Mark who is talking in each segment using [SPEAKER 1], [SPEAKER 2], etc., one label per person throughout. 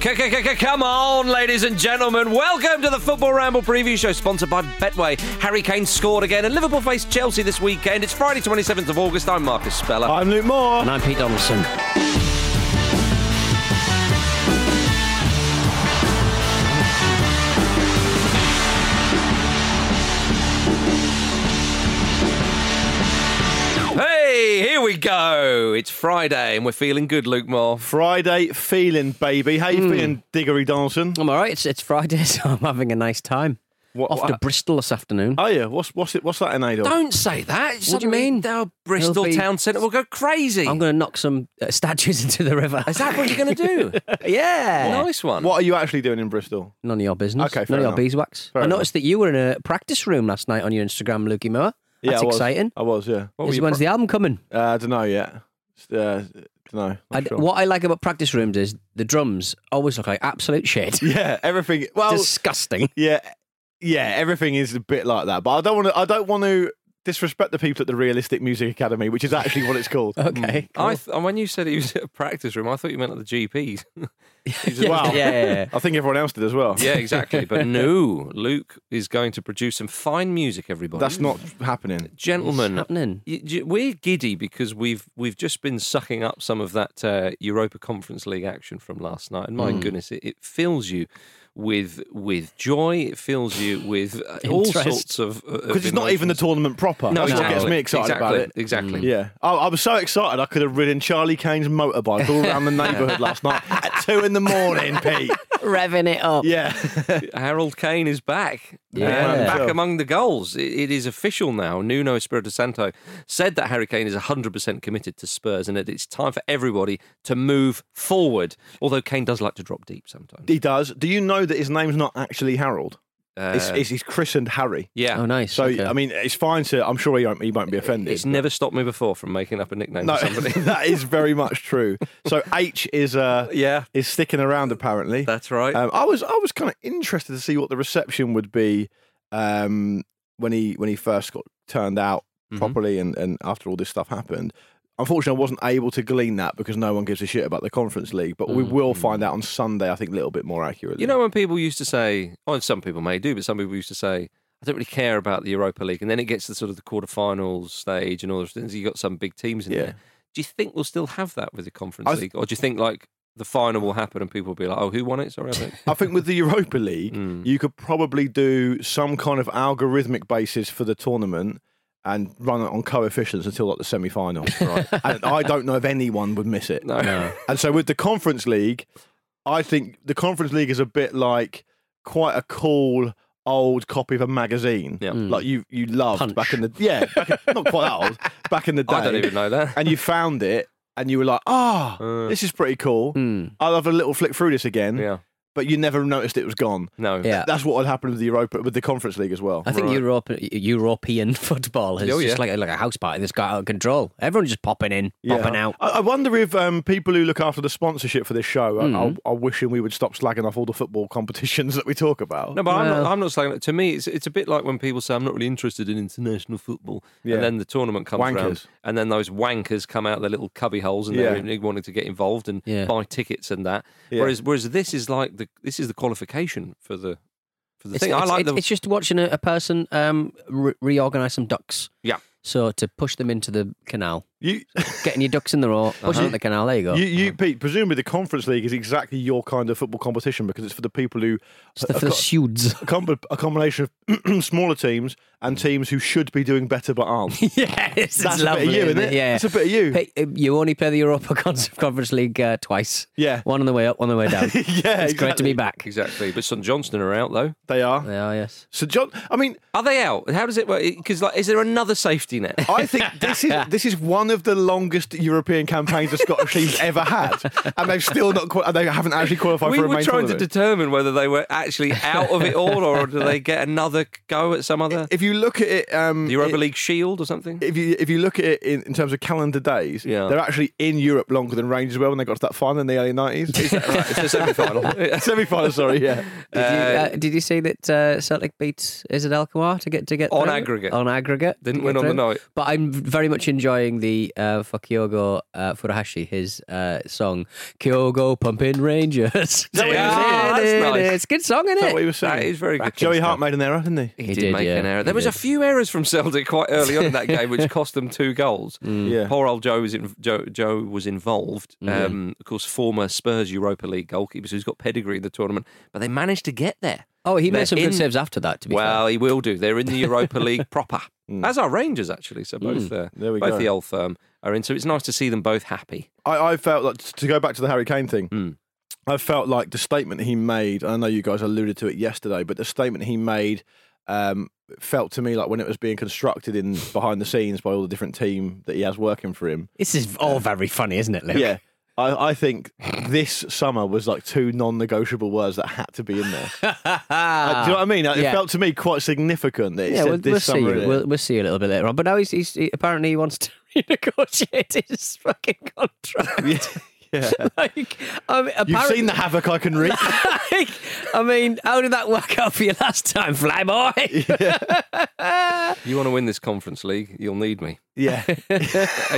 [SPEAKER 1] C- c- c- c- Come on, ladies and gentlemen. Welcome to the Football Ramble preview show sponsored by Betway. Harry Kane scored again, and Liverpool face Chelsea this weekend. It's Friday, 27th of August. I'm Marcus Speller.
[SPEAKER 2] I'm Luke Moore.
[SPEAKER 3] And I'm Pete Donaldson.
[SPEAKER 1] Hey, here we go. It's Friday, and we're feeling good, Luke Moore.
[SPEAKER 2] Friday feeling, baby. How
[SPEAKER 3] Hmm.
[SPEAKER 2] you feeling, Diggory Donaldson?
[SPEAKER 3] I'm all right. It's, it's Friday, so I'm having a nice time.
[SPEAKER 2] What-
[SPEAKER 3] Off to
[SPEAKER 2] what-
[SPEAKER 3] Bristol this afternoon.
[SPEAKER 2] Oh yeah. What's what's it? What's that enabled?
[SPEAKER 1] Don't say that.
[SPEAKER 3] What do you mean?
[SPEAKER 1] Our Bristol
[SPEAKER 3] It'll be-
[SPEAKER 1] town centre will go crazy.
[SPEAKER 3] I'm going to knock some uh, statues into the river.
[SPEAKER 1] Is that what you're going to do?
[SPEAKER 3] yeah.
[SPEAKER 1] Nice one.
[SPEAKER 2] What are you actually doing in Bristol?
[SPEAKER 3] None of your business.
[SPEAKER 2] Okay, fair
[SPEAKER 3] None of your
[SPEAKER 2] enough.
[SPEAKER 3] beeswax.
[SPEAKER 2] Fair
[SPEAKER 3] I noticed that you were in a practice room last night on your Instagram, Lukey Moore.
[SPEAKER 2] Yeah,
[SPEAKER 3] That's
[SPEAKER 2] I was.
[SPEAKER 3] exciting. Oh.
[SPEAKER 2] I was. Yeah.
[SPEAKER 1] What were
[SPEAKER 3] Is-
[SPEAKER 1] you
[SPEAKER 3] when's the album coming?
[SPEAKER 2] Uh, I don't know yet. Just, Uh, don't know.
[SPEAKER 3] I,
[SPEAKER 2] Not sure.
[SPEAKER 3] What I like about practice rooms is the drums always look like absolute shit.
[SPEAKER 2] Yeah. Everything. Well.
[SPEAKER 3] Disgusting.
[SPEAKER 2] Yeah. Yeah. Everything is a bit like that, but I don't want to. I don't want to disrespect the people at the Realistic Music Academy, which is actually what it's called. Mm.
[SPEAKER 3] Okay.
[SPEAKER 1] I th- and when you said he was at a practice room, I thought you meant at the GP's.
[SPEAKER 2] Wow.
[SPEAKER 3] Yeah, yeah, yeah.
[SPEAKER 2] I think everyone else did as well.
[SPEAKER 1] yeah, exactly. But no, Luke is going to produce some fine music, everybody.
[SPEAKER 2] That's not happening.
[SPEAKER 1] Gentlemen,
[SPEAKER 3] What's happening?
[SPEAKER 1] y- j- we're giddy because we've we've just been sucking up some of that uh, Europa Conference League action from last night, and
[SPEAKER 2] Hmm.
[SPEAKER 1] my goodness, it, it fills you with with joy. It fills you with uh, all
[SPEAKER 3] Interest.
[SPEAKER 1] sorts of
[SPEAKER 2] Because it's not even the tournament proper.
[SPEAKER 1] No,
[SPEAKER 2] That's
[SPEAKER 1] exactly.
[SPEAKER 2] what gets me excited
[SPEAKER 1] exactly,
[SPEAKER 2] about it.
[SPEAKER 1] Exactly.
[SPEAKER 2] Yeah. Oh, I was so excited I could have ridden Charlie Kane's motorbike all around the neighbourhood last night at two in the morning, Pete.
[SPEAKER 3] Revving it up.
[SPEAKER 2] Yeah.
[SPEAKER 1] Harold Kane is back.
[SPEAKER 3] Yeah.
[SPEAKER 1] And back
[SPEAKER 2] Yeah.
[SPEAKER 1] among the goals. It, it is official now. Nuno Espirito Santo said that Harry Kane is 100% committed to Spurs and that it's time for everybody to move forward. Although Kane does like to drop deep sometimes.
[SPEAKER 3] Oh,
[SPEAKER 2] He does. Do you know that his name's not actually Harold?
[SPEAKER 1] Uh,
[SPEAKER 2] It's, it's, he's christened Harry.
[SPEAKER 1] yeah.
[SPEAKER 3] Oh, nice.
[SPEAKER 2] So,
[SPEAKER 3] Okay.
[SPEAKER 2] I mean, it's fine to. I'm sure he won't, he won't be offended.
[SPEAKER 1] It's never stopped me before from making up a nickname
[SPEAKER 2] no,
[SPEAKER 1] for somebody.
[SPEAKER 2] that is very much true. So H is uh
[SPEAKER 1] Yeah.
[SPEAKER 2] is sticking around apparently.
[SPEAKER 1] That's right.
[SPEAKER 2] Um, I was I was kind of interested to see what the reception would be um, when he when he first got turned out
[SPEAKER 1] Mm-hmm.
[SPEAKER 2] properly and, and after all this stuff happened. Unfortunately, I wasn't able to glean that because no one gives a shit about the Conference League. But we will find out on Sunday. I think a little bit more accurately.
[SPEAKER 1] Mm, you know when people used to say, oh, and some people may do, but some people used to say, I don't really care about the Europa League. And then it gets to sort of the quarterfinals stage and all those things. You've got some big teams in
[SPEAKER 2] Yeah.
[SPEAKER 1] there. Do you think we'll still have that with the Conference
[SPEAKER 2] I th-
[SPEAKER 1] League? Or do you think like the final will happen and people will be like, oh, who won it? Sorry, I think.
[SPEAKER 2] I think with the Europa League,
[SPEAKER 1] Hmm.
[SPEAKER 2] you could probably do some kind of algorithmic basis for the tournament and run it on coefficients until like the semi-final. Right? and I don't know if anyone would miss it.
[SPEAKER 1] No. No.
[SPEAKER 2] And so with the Conference League, I think the Conference League is a bit like quite a cool old copy of a magazine,
[SPEAKER 1] Yeah.
[SPEAKER 2] like you you loved
[SPEAKER 3] Punch.
[SPEAKER 2] back in the yeah, back in, not quite old, back in the day
[SPEAKER 1] I don't even know that.
[SPEAKER 2] and you found it and you were like, ah,
[SPEAKER 1] Uh.
[SPEAKER 2] this is pretty cool. I'll have a little flick through this again.
[SPEAKER 1] Yeah.
[SPEAKER 2] but you never noticed it was gone.
[SPEAKER 1] No.
[SPEAKER 3] Yeah.
[SPEAKER 2] That's what had happened with the Europa, with the Conference League as well.
[SPEAKER 3] I think
[SPEAKER 1] Right.
[SPEAKER 3] Europe, E-, European football is
[SPEAKER 1] Oh, yeah.
[SPEAKER 3] just like a, like a house party that's got out of control. Everyone's just popping in, popping out.
[SPEAKER 2] I, I wonder if um, people who look after the sponsorship for this show
[SPEAKER 3] Hmm.
[SPEAKER 2] are, are, are wishing we would stop slagging off all the football competitions that we talk about.
[SPEAKER 1] No, but I'm not. I'm not saying that. To me, it's it's a bit like when people say I'm not really interested in international football,
[SPEAKER 2] Yeah.
[SPEAKER 1] and then the tournament comes
[SPEAKER 2] Wankers.
[SPEAKER 1] around, and then those wankers come out of their little cubby holes and
[SPEAKER 2] Yeah.
[SPEAKER 1] they're wanting to get involved and
[SPEAKER 3] Yeah.
[SPEAKER 1] buy tickets and that.
[SPEAKER 2] Yeah.
[SPEAKER 1] Whereas whereas this is like the this is the qualification for the for the
[SPEAKER 3] It's,
[SPEAKER 1] thing. I
[SPEAKER 3] it's-
[SPEAKER 1] like
[SPEAKER 3] it's-
[SPEAKER 1] the
[SPEAKER 3] it's just watching a, a person um, re- reorganize some ducks.
[SPEAKER 1] Yeah.
[SPEAKER 3] So to push them into the canal,
[SPEAKER 2] You,
[SPEAKER 3] getting your ducks in the row, pushing them in the canal. There you go.
[SPEAKER 2] Uh-huh. you, you, Pete, presumably the Conference League is exactly your kind of football competition because it's for the people who
[SPEAKER 3] it's the, for the sudes.
[SPEAKER 2] a, com- a combination of smaller teams and teams who should be doing better but aren't.
[SPEAKER 3] yes, it's
[SPEAKER 2] That's a bit of
[SPEAKER 3] lovely,
[SPEAKER 2] you, isn't it?
[SPEAKER 3] Yeah,
[SPEAKER 2] It's a bit of you.
[SPEAKER 3] Hey, uh, you only play the Europa Conference Conference League uh, twice.
[SPEAKER 2] Yeah.
[SPEAKER 3] one on the way up, one on the way down.
[SPEAKER 2] yeah,
[SPEAKER 3] it's great to be back.
[SPEAKER 1] exactly. But St Johnston are out though.
[SPEAKER 2] They are.
[SPEAKER 3] They are, yes.
[SPEAKER 2] So John, I mean,
[SPEAKER 1] Are they out? How does it work? Because like, is there another safety net?
[SPEAKER 2] I think this is this is one of the longest European campaigns the Scottish team's ever had, and they've still not qual- and they haven't actually qualified
[SPEAKER 1] We
[SPEAKER 2] for a
[SPEAKER 1] were
[SPEAKER 2] main
[SPEAKER 1] trying to
[SPEAKER 2] tournament.
[SPEAKER 1] determine whether they were actually out of it all, or do they get another go at some other
[SPEAKER 2] if you look at it, um,
[SPEAKER 1] Europa
[SPEAKER 2] it-
[SPEAKER 1] League Shield or something?
[SPEAKER 2] If you if you look at it in, in terms of calendar days,
[SPEAKER 1] Yeah.
[SPEAKER 2] they're actually in Europe longer than Rangers were when they got to that final in the early nineties.
[SPEAKER 1] Right, it's a semi-final. Uh,
[SPEAKER 2] Semi final, sorry, yeah.
[SPEAKER 3] Did, you, uh, did you see that uh, Celtic beat is it Alcoa to get to get
[SPEAKER 1] On
[SPEAKER 3] through?
[SPEAKER 1] aggregate.
[SPEAKER 3] on aggregate to
[SPEAKER 1] Didn't
[SPEAKER 3] get
[SPEAKER 1] win on the
[SPEAKER 3] through?
[SPEAKER 1] night.
[SPEAKER 3] But I'm very much enjoying the uh, for Kyogo uh, Furuhashi his uh, song Kyogo Pumping Rangers.
[SPEAKER 2] that what you were
[SPEAKER 1] singing? Oh, that's nice.
[SPEAKER 3] It's a good song, isn't
[SPEAKER 2] Is that
[SPEAKER 3] it?
[SPEAKER 2] what he was saying?
[SPEAKER 1] That is very good.
[SPEAKER 2] Joey Hart made an error, didn't he?
[SPEAKER 1] He,
[SPEAKER 3] He
[SPEAKER 1] did,
[SPEAKER 3] did,
[SPEAKER 1] make
[SPEAKER 3] yeah,
[SPEAKER 1] an error.
[SPEAKER 3] he
[SPEAKER 1] There was a
[SPEAKER 3] did.
[SPEAKER 1] few errors from Celtic quite early on in that game, which cost them two goals.
[SPEAKER 3] Mm.
[SPEAKER 2] Yeah.
[SPEAKER 1] Poor old Joe was in, Joe, Joe was involved. Um, of course, former Spurs Europa League goalkeepers who's got pedigree in the tournament, but they managed to get there.
[SPEAKER 3] Oh, he
[SPEAKER 1] They're
[SPEAKER 3] made some good
[SPEAKER 1] in-
[SPEAKER 3] saves after that. To be
[SPEAKER 1] Well, he will do. They're in the Europa League proper, as are Rangers actually. So both
[SPEAKER 3] Mm.
[SPEAKER 1] uh,
[SPEAKER 2] Mm. There we
[SPEAKER 1] both
[SPEAKER 2] go.
[SPEAKER 1] the old firm are in. So it's nice to see them both happy.
[SPEAKER 2] I, I felt like to go back to the Harry Kane thing.
[SPEAKER 3] Hmm.
[SPEAKER 2] I felt like the statement he made. I know you guys alluded to it yesterday, but the statement he made um, felt to me like when it was being constructed in behind the scenes by all the different team that he has working for him.
[SPEAKER 3] fair. this is all very funny, isn't it, Luke?
[SPEAKER 2] Yeah, I, I think this summer was like two non-negotiable words that had to be in there. Uh, do you know what I mean? Like, It
[SPEAKER 3] Yeah.
[SPEAKER 2] felt to me quite significant that it
[SPEAKER 3] Yeah,
[SPEAKER 2] said
[SPEAKER 3] we'll,
[SPEAKER 2] this
[SPEAKER 3] we'll see.
[SPEAKER 2] summer. in it.
[SPEAKER 3] We'll, we'll see a little bit later on. But now he's, he's he, apparently he wants to renegotiate his fucking contract.
[SPEAKER 2] yeah.
[SPEAKER 3] like, I mean,
[SPEAKER 2] You've
[SPEAKER 3] apparently,
[SPEAKER 2] seen the havoc I can wreak.
[SPEAKER 3] like, I mean, how did that work out for you last time, Flyboy?
[SPEAKER 1] You want to win this Conference League? You'll need me,
[SPEAKER 2] yeah,
[SPEAKER 1] and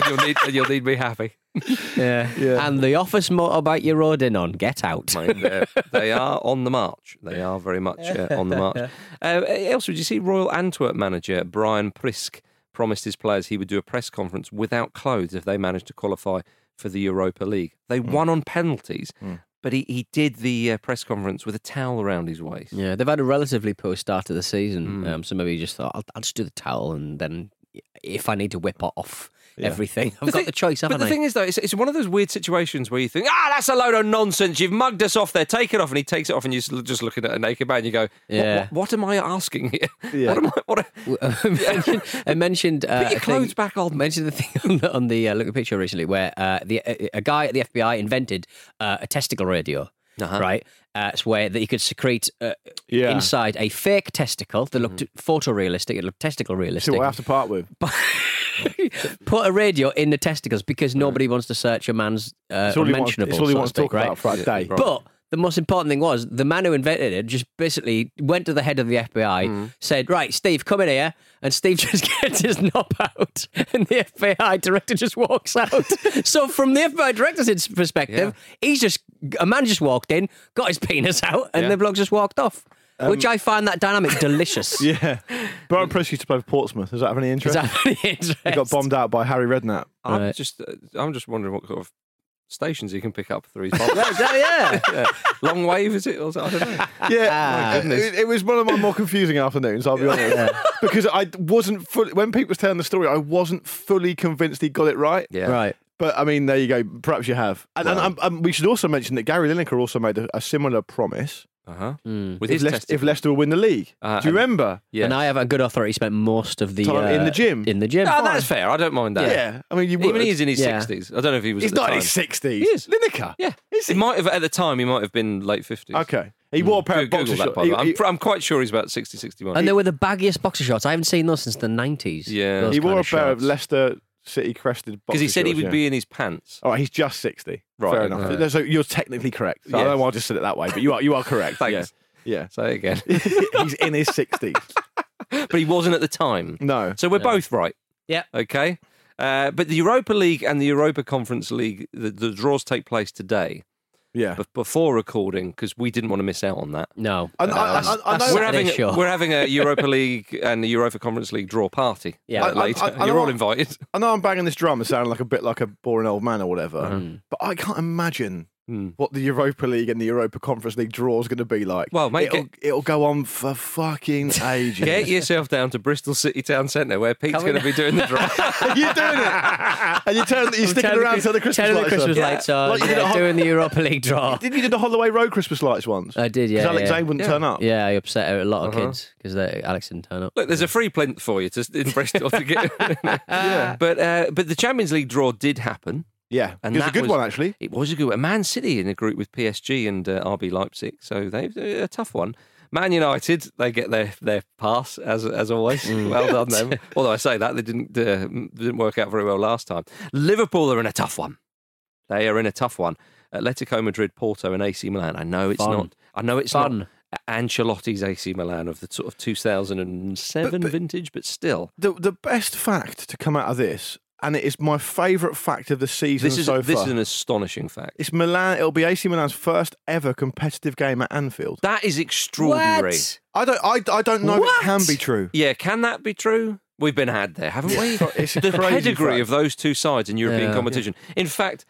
[SPEAKER 1] you'll need and you'll need me happy.
[SPEAKER 3] Yeah. And the office motorbike you're riding on, get out.
[SPEAKER 1] mate. They're- uh, they are on the march. They are very much uh, on the march. Uh, also, did you see Royal Antwerp manager Brian Prisk promised his players he would do a press conference without clothes if they managed to qualify for the Europa League? They
[SPEAKER 3] Hmm.
[SPEAKER 1] won on penalties, but he, he did the uh, press conference with a towel around his waist.
[SPEAKER 3] Yeah, they've had a relatively poor start to the season. Um, so maybe he just thought, I'll, I'll just do the towel and then if I need to whip off everything, I've got
[SPEAKER 1] thi-
[SPEAKER 3] the choice,
[SPEAKER 1] But
[SPEAKER 3] haven't
[SPEAKER 1] the
[SPEAKER 3] I?
[SPEAKER 1] thing is, though, it's, it's one of those weird situations where you think, ah, that's a load of nonsense. You've mugged us off there. Take it off. And he takes it off, and you're s- just looking at a naked man. You go, "What-
[SPEAKER 3] Yeah.
[SPEAKER 1] what, what am I asking here?
[SPEAKER 2] Yeah.
[SPEAKER 1] What am I? What a,
[SPEAKER 3] I mentioned, I mentioned uh,
[SPEAKER 1] Put your
[SPEAKER 3] a thing-
[SPEAKER 1] clothes back on.
[SPEAKER 3] Mentioned the thing on the, on the uh, look at picture recently where uh, the a, a guy at the FBI invented uh, a testicle radio.
[SPEAKER 1] Uh-huh.
[SPEAKER 3] Right, uh, it's where that you could secrete uh,
[SPEAKER 2] Yeah.
[SPEAKER 3] inside a fake testicle that looked
[SPEAKER 1] Mm-hmm.
[SPEAKER 3] photorealistic. It looked testicle
[SPEAKER 2] see
[SPEAKER 3] realistic.
[SPEAKER 2] what I have to part with.
[SPEAKER 3] Put a radio in the testicles because nobody wants to search a man's uh,
[SPEAKER 2] It's all he wants,
[SPEAKER 3] unmentionable.
[SPEAKER 2] it's all he
[SPEAKER 3] so
[SPEAKER 2] wants to
[SPEAKER 3] speak,
[SPEAKER 2] talk
[SPEAKER 3] right?
[SPEAKER 2] about for that day.
[SPEAKER 3] But the most important thing was the man who invented it just basically went to the head of the FBI,
[SPEAKER 2] Hmm.
[SPEAKER 3] said, Right, Steve, come in here. And Steve just gets his knob out, and the FBI director just walks out. so, from the FBI director's perspective, he's just a man just walked in, got his penis out, and the bloke just walked off. which I find that dynamic delicious.
[SPEAKER 2] Um, Yeah. Brian Press used to play for Portsmouth. Does that have any
[SPEAKER 3] Is
[SPEAKER 2] interest?
[SPEAKER 3] that any
[SPEAKER 2] He got
[SPEAKER 3] interest?
[SPEAKER 2] bombed out by Harry Redknapp.
[SPEAKER 1] I'm
[SPEAKER 3] Right.
[SPEAKER 1] just uh, I'm just wondering what sort of stations you can pick up through. his box.
[SPEAKER 3] yeah.
[SPEAKER 1] Yeah. Long wave is it? Or something? I don't know.
[SPEAKER 2] Yeah, it-
[SPEAKER 1] goodness.
[SPEAKER 2] it, it was one of my more confusing afternoons. I'll be honest, because I wasn't fully when Pete was telling the story, I wasn't fully convinced he got it right.
[SPEAKER 1] Yeah.
[SPEAKER 3] Right.
[SPEAKER 2] But I mean, there you go. Perhaps you have. And, and, um, um, we should also mention that Gary Lineker also made a, a similar promise
[SPEAKER 1] Uh huh. With
[SPEAKER 2] Hmm. if,
[SPEAKER 1] his
[SPEAKER 2] Leic-
[SPEAKER 1] testicle.
[SPEAKER 2] if Leicester will win the league.
[SPEAKER 1] Uh,
[SPEAKER 2] Do
[SPEAKER 1] and-
[SPEAKER 2] you remember?
[SPEAKER 1] yeah.
[SPEAKER 3] And I have a good authority spent most of the
[SPEAKER 2] Time in
[SPEAKER 3] uh,
[SPEAKER 2] the gym. Oh,
[SPEAKER 3] In the gym.
[SPEAKER 1] No, that's fair. I don't mind that.
[SPEAKER 2] Yeah, I mean, you
[SPEAKER 1] Even
[SPEAKER 2] would.
[SPEAKER 1] he's in his
[SPEAKER 3] Yeah.
[SPEAKER 1] sixties. I don't know if he was.
[SPEAKER 2] He's
[SPEAKER 1] at the
[SPEAKER 2] not in
[SPEAKER 1] time.
[SPEAKER 2] his sixties.
[SPEAKER 1] He is.
[SPEAKER 2] Lineker.
[SPEAKER 1] Yeah.
[SPEAKER 2] he's he?
[SPEAKER 1] It might have at the time. He might have been late fifties.
[SPEAKER 2] Okay. He wore a pair of
[SPEAKER 1] Google
[SPEAKER 2] boxer
[SPEAKER 1] that,
[SPEAKER 2] shorts.
[SPEAKER 1] by the way.
[SPEAKER 2] He,
[SPEAKER 1] I'm,
[SPEAKER 2] he-
[SPEAKER 1] pr- I'm quite sure he's about 60, 61.
[SPEAKER 3] And they were the baggiest boxer shorts. I haven't seen those since the 90s.
[SPEAKER 1] Yeah.
[SPEAKER 3] those
[SPEAKER 1] those
[SPEAKER 2] he wore a
[SPEAKER 3] kind
[SPEAKER 2] pair of
[SPEAKER 3] shorts.
[SPEAKER 2] Leicester City crested boxer
[SPEAKER 1] because he said he
[SPEAKER 2] shorts,
[SPEAKER 1] would
[SPEAKER 2] yeah.
[SPEAKER 1] be in his pants.
[SPEAKER 2] All right, he's just 60.
[SPEAKER 1] Right,
[SPEAKER 2] Fair enough.
[SPEAKER 1] okay.
[SPEAKER 2] So you're technically correct. So I don't
[SPEAKER 1] Yes.
[SPEAKER 2] know why I just said it that way, but you are you are correct.
[SPEAKER 1] Thanks.
[SPEAKER 2] Yeah.
[SPEAKER 1] Say it again.
[SPEAKER 2] yeah. he's in his 60s.
[SPEAKER 1] but he wasn't at the time.
[SPEAKER 2] No.
[SPEAKER 1] So we're both right.
[SPEAKER 3] Yep.
[SPEAKER 1] Okay. Uh, but the Europa League and the Europa Conference League, the, the draws take place today
[SPEAKER 2] Yeah.
[SPEAKER 1] be- before recording because we didn't want to miss out on that.
[SPEAKER 3] No.
[SPEAKER 2] And I, I, I, I
[SPEAKER 3] that's-
[SPEAKER 2] know
[SPEAKER 1] we're having
[SPEAKER 3] sure.
[SPEAKER 1] we're having a Europa League and the Europa Conference League draw party.
[SPEAKER 3] Yeah.
[SPEAKER 1] Yeah,
[SPEAKER 2] I- I-
[SPEAKER 1] later
[SPEAKER 2] I- I
[SPEAKER 1] you're
[SPEAKER 2] know-
[SPEAKER 1] all invited.
[SPEAKER 2] I know I'm banging this drum and sounding like a bit like a boring old man or whatever, but I can't imagine
[SPEAKER 1] Mm-hmm. Mm.
[SPEAKER 2] what the Europa League and the Europa Conference League draw is going to be like.
[SPEAKER 1] Well, mate,
[SPEAKER 2] it'll, it'll go on for fucking ages.
[SPEAKER 1] Get yourself down to Bristol City Town Centre where Pete's
[SPEAKER 3] Come
[SPEAKER 1] going to
[SPEAKER 3] on.
[SPEAKER 1] be doing the draw.
[SPEAKER 2] You're doing it, and you turn, you're sticking
[SPEAKER 3] Turn
[SPEAKER 2] around till the Christmas
[SPEAKER 3] turn
[SPEAKER 2] lights. on.
[SPEAKER 3] Christmas
[SPEAKER 2] Yeah.
[SPEAKER 3] lights on.
[SPEAKER 2] Like you did
[SPEAKER 3] yeah,
[SPEAKER 2] at Hol-
[SPEAKER 3] doing the Europa League draw.
[SPEAKER 2] Didn't you do the Holloway Road Christmas lights once?
[SPEAKER 3] I did, yeah.
[SPEAKER 2] Because Alex
[SPEAKER 3] yeah.
[SPEAKER 2] Zane wouldn't
[SPEAKER 1] Yeah.
[SPEAKER 2] turn up.
[SPEAKER 3] Yeah, I upset a lot of kids because Alex didn't turn up.
[SPEAKER 1] Look, there's a free plinth for you to, in Bristol to get. But uh, but the Champions League draw did happen.
[SPEAKER 2] Yeah,
[SPEAKER 1] And
[SPEAKER 2] it was a
[SPEAKER 1] that
[SPEAKER 2] good
[SPEAKER 1] was-
[SPEAKER 2] one actually.
[SPEAKER 1] It was a good one. Man City in a group with PSG and uh, RB Leipzig, so they've a tough one. Man United, they get their, their pass as as always.
[SPEAKER 2] Mm.
[SPEAKER 1] Well done them. Although I say that they didn't uh, didn't work out very well last time. Liverpool are in a tough one. They are in a tough one. Atletico Madrid, Porto, and AC Milan. I know it's
[SPEAKER 3] Fun.
[SPEAKER 1] not. I know it's
[SPEAKER 3] Fun.
[SPEAKER 1] not Ancelotti's AC Milan of the sort of 2007
[SPEAKER 2] But- but-
[SPEAKER 1] vintage, but still.
[SPEAKER 2] The the best fact to come out of this, and it is my favourite fact of the season
[SPEAKER 1] This is
[SPEAKER 2] so
[SPEAKER 1] this
[SPEAKER 2] far.
[SPEAKER 1] is an astonishing fact.
[SPEAKER 2] it's Milan. It'll be AC Milan's first ever competitive game at Anfield.
[SPEAKER 1] That is extraordinary.
[SPEAKER 3] What?
[SPEAKER 2] I don't. I, I don't know
[SPEAKER 3] What?
[SPEAKER 2] if it can be true.
[SPEAKER 1] Yeah, can that be true? We've been had there, haven't we?
[SPEAKER 2] It's a
[SPEAKER 1] the
[SPEAKER 2] crazy
[SPEAKER 1] pedigree
[SPEAKER 2] fact.
[SPEAKER 1] of those two sides in European
[SPEAKER 3] Yeah.
[SPEAKER 1] competition. In fact,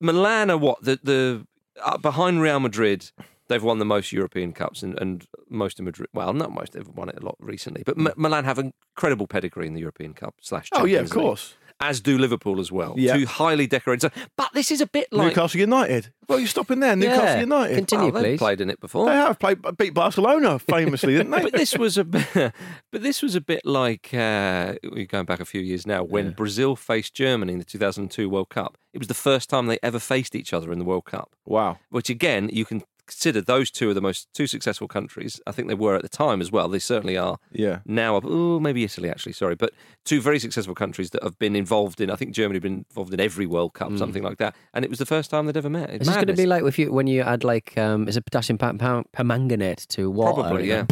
[SPEAKER 1] Milan are what the the uh, behind Real Madrid. They've won the most European cups and, and most of Madrid. Well, not most. They've won it a lot recently, but M- Milan have incredible pedigree in the European Cup slash.
[SPEAKER 2] Mm. Oh yeah, of
[SPEAKER 1] Champions League,
[SPEAKER 2] course.
[SPEAKER 1] As do Liverpool as well.
[SPEAKER 2] Yeah.
[SPEAKER 1] Two highly decorated. sides. But this is a bit like
[SPEAKER 2] Newcastle United. Well, you're stopping there. Newcastle
[SPEAKER 3] Yeah.
[SPEAKER 2] United.
[SPEAKER 3] Continue.
[SPEAKER 1] well, they've
[SPEAKER 3] please.
[SPEAKER 1] played in it before.
[SPEAKER 2] They have played beat Barcelona famously, didn't they?
[SPEAKER 1] but this was a bit, but this was a bit like uh, we're going back a few years now when Brazil faced Germany in the 2002 World Cup. It was the first time they ever faced each other in the World Cup.
[SPEAKER 2] wow.
[SPEAKER 1] Which again, you can consider those two are the most two successful countries. I think they were at the time as well. They certainly are
[SPEAKER 2] Yeah.
[SPEAKER 1] now. Oh, maybe Italy actually. Sorry, but two very successful countries that have been involved in. I think Germany have been involved in every World Cup, something like that. And it was the first time they'd ever met.
[SPEAKER 3] Mm. Is this going to
[SPEAKER 1] Madness.
[SPEAKER 3] be like if you when you add like um, is it potassium pa- pa- permanganate to water?
[SPEAKER 1] Probably, yeah.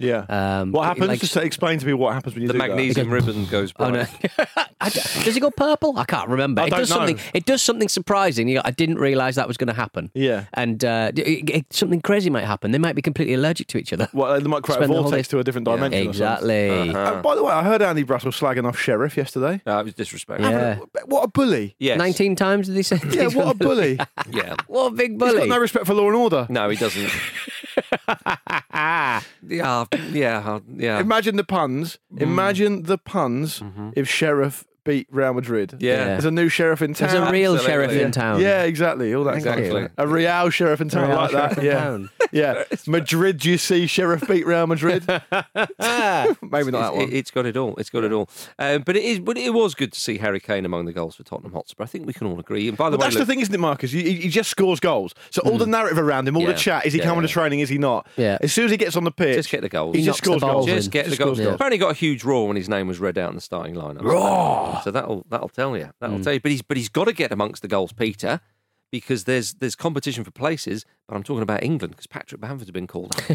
[SPEAKER 2] Yeah.
[SPEAKER 3] Um,
[SPEAKER 2] what
[SPEAKER 3] it
[SPEAKER 2] happens?
[SPEAKER 3] like-
[SPEAKER 2] Just explain to me what happens when you
[SPEAKER 1] the
[SPEAKER 2] do that.
[SPEAKER 1] magnesium ribbon goes
[SPEAKER 3] Oh
[SPEAKER 1] bright.
[SPEAKER 3] no! I d- does it go purple? I can't remember.
[SPEAKER 2] I
[SPEAKER 3] it
[SPEAKER 2] don't
[SPEAKER 3] does
[SPEAKER 2] know.
[SPEAKER 3] something. It does something surprising. You go, I didn't realize that was going to happen.
[SPEAKER 2] Yeah.
[SPEAKER 3] and uh, d- it, it- something crazy might happen. They might be completely allergic to each other.
[SPEAKER 2] Well, they might create a
[SPEAKER 3] Spend the whole
[SPEAKER 2] vortex
[SPEAKER 3] day-
[SPEAKER 2] to a different dimension. or something.
[SPEAKER 3] Exactly.
[SPEAKER 2] Uh, by the way, I heard Andy Brassel slagging off Sheriff yesterday.
[SPEAKER 1] Uh, Uh-huh. it was disrespectful.
[SPEAKER 3] Yeah.
[SPEAKER 2] What a bully.
[SPEAKER 1] Yes.
[SPEAKER 3] Nineteen times did he say?
[SPEAKER 2] Yeah,
[SPEAKER 3] things
[SPEAKER 2] what a
[SPEAKER 3] with-
[SPEAKER 2] bully.
[SPEAKER 1] Yeah.
[SPEAKER 3] What a big
[SPEAKER 2] He's
[SPEAKER 3] bully!
[SPEAKER 2] got no respect for law and order.
[SPEAKER 1] No, he doesn't. yeah, yeah, yeah.
[SPEAKER 2] Imagine the puns.
[SPEAKER 3] Mm.
[SPEAKER 2] Imagine the puns
[SPEAKER 3] Mm-hmm.
[SPEAKER 2] if Sheriff beat Real Madrid.
[SPEAKER 1] Yeah.
[SPEAKER 2] There's a new sheriff in town.
[SPEAKER 3] There's a real
[SPEAKER 1] Absolutely.
[SPEAKER 3] sheriff
[SPEAKER 2] yeah.
[SPEAKER 3] in town.
[SPEAKER 2] Yeah, exactly. All that
[SPEAKER 1] Exactly.
[SPEAKER 2] Kind of stuff. A real sheriff in town
[SPEAKER 3] Real
[SPEAKER 2] like
[SPEAKER 3] sheriff
[SPEAKER 2] that.
[SPEAKER 3] in
[SPEAKER 2] yeah.
[SPEAKER 3] town.
[SPEAKER 2] Yeah. Madrid, you see, Sheriff beat Real Madrid. Maybe not that
[SPEAKER 1] It's-
[SPEAKER 2] one.
[SPEAKER 1] It, has got it all. It's got it all. Um, but it is. But it was good to see Harry Kane among the goals for Tottenham Hotspur. I think we can all agree. And by the
[SPEAKER 2] But
[SPEAKER 1] way,
[SPEAKER 2] that's
[SPEAKER 1] look,
[SPEAKER 2] the thing, isn't it, Marcus? He, he just scores goals. So all the narrative around him, all
[SPEAKER 1] Yeah.
[SPEAKER 2] the chat, is he
[SPEAKER 1] Yeah,
[SPEAKER 2] coming
[SPEAKER 1] yeah.
[SPEAKER 2] to training, is he not?
[SPEAKER 3] Yeah.
[SPEAKER 2] As soon as he gets on the pitch,
[SPEAKER 1] just get the goals.
[SPEAKER 2] he just
[SPEAKER 3] knocks the
[SPEAKER 2] scores
[SPEAKER 3] balls
[SPEAKER 2] goals.
[SPEAKER 3] in.
[SPEAKER 1] Just get the
[SPEAKER 2] Just
[SPEAKER 1] goals.
[SPEAKER 2] scores
[SPEAKER 3] goals.
[SPEAKER 1] Apparently, got a huge roar when his name was read out in the starting lineup. So that'll that'll tell you.
[SPEAKER 2] Mm.
[SPEAKER 1] That'll tell you. But he's but he's got to get amongst the goals, Peter, because there's there's competition for places. But I'm talking about England because Patrick Bamford's been called up.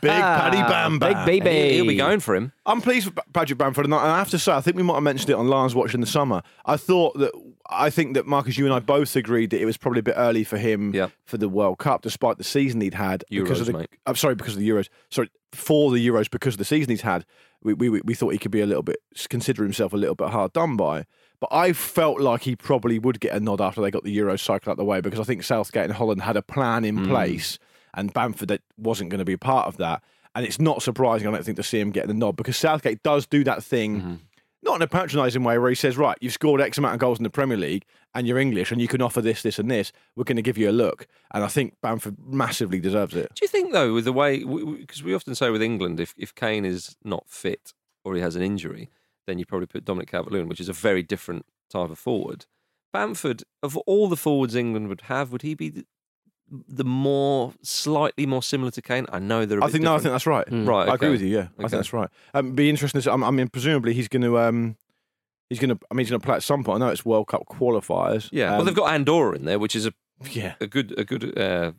[SPEAKER 2] Big Paddy Bam Bam.
[SPEAKER 3] Big baby.
[SPEAKER 1] And he'll, he'll be going for him.
[SPEAKER 2] I'm pleased with Patrick Bamford, and I and I have to say, I think we might have mentioned it on Lars Watch in the summer. I thought that I think that Marcus, you and I both agreed that it was probably a bit early for him
[SPEAKER 1] Yeah.
[SPEAKER 2] for the World Cup, despite the season he'd had. because of
[SPEAKER 1] Euros,
[SPEAKER 2] the,
[SPEAKER 1] mate.
[SPEAKER 2] I'm sorry, because of the Euros. Sorry, for the Euros, because of the season he's had, we, we we thought he could be a little bit consider himself a little bit hard done by. But I felt like he probably would get a nod after they got the Euro cycle out the way because I think Southgate and Holland had a plan in place and Bamford that wasn't going to be a part of that. And it's not surprising, I don't think, to see him getting the nod because Southgate does do that thing, not in a patronising way, where he says, Right, you've scored X amount of goals in the Premier League and you're English and you can offer this, this, and this. We're going to give you a look. And I think Bamford massively deserves it.
[SPEAKER 1] Do you think though, with the way because we often say with England, if if Kane is not fit or he has an injury, then you probably put Dominic Calvert-Lewin, which is a very different type of forward. Bamford, of all the forwards England would have, would he be the, the more slightly more similar to Kane? I know there.
[SPEAKER 2] I think no, I think that's right.
[SPEAKER 1] Right,
[SPEAKER 2] I agree
[SPEAKER 1] okay.
[SPEAKER 2] with you. Yeah, I think
[SPEAKER 1] Okay.
[SPEAKER 2] that's right. Um, be interesting. To, see- I'm- I mean, presumably he's going to. Um, he's going to. I mean, he's going to play at some point. I know it's World Cup qualifiers.
[SPEAKER 1] yeah.
[SPEAKER 2] Um,
[SPEAKER 1] well, they've got Andorra in there, which is a,
[SPEAKER 2] Yeah.
[SPEAKER 1] a good a good uh,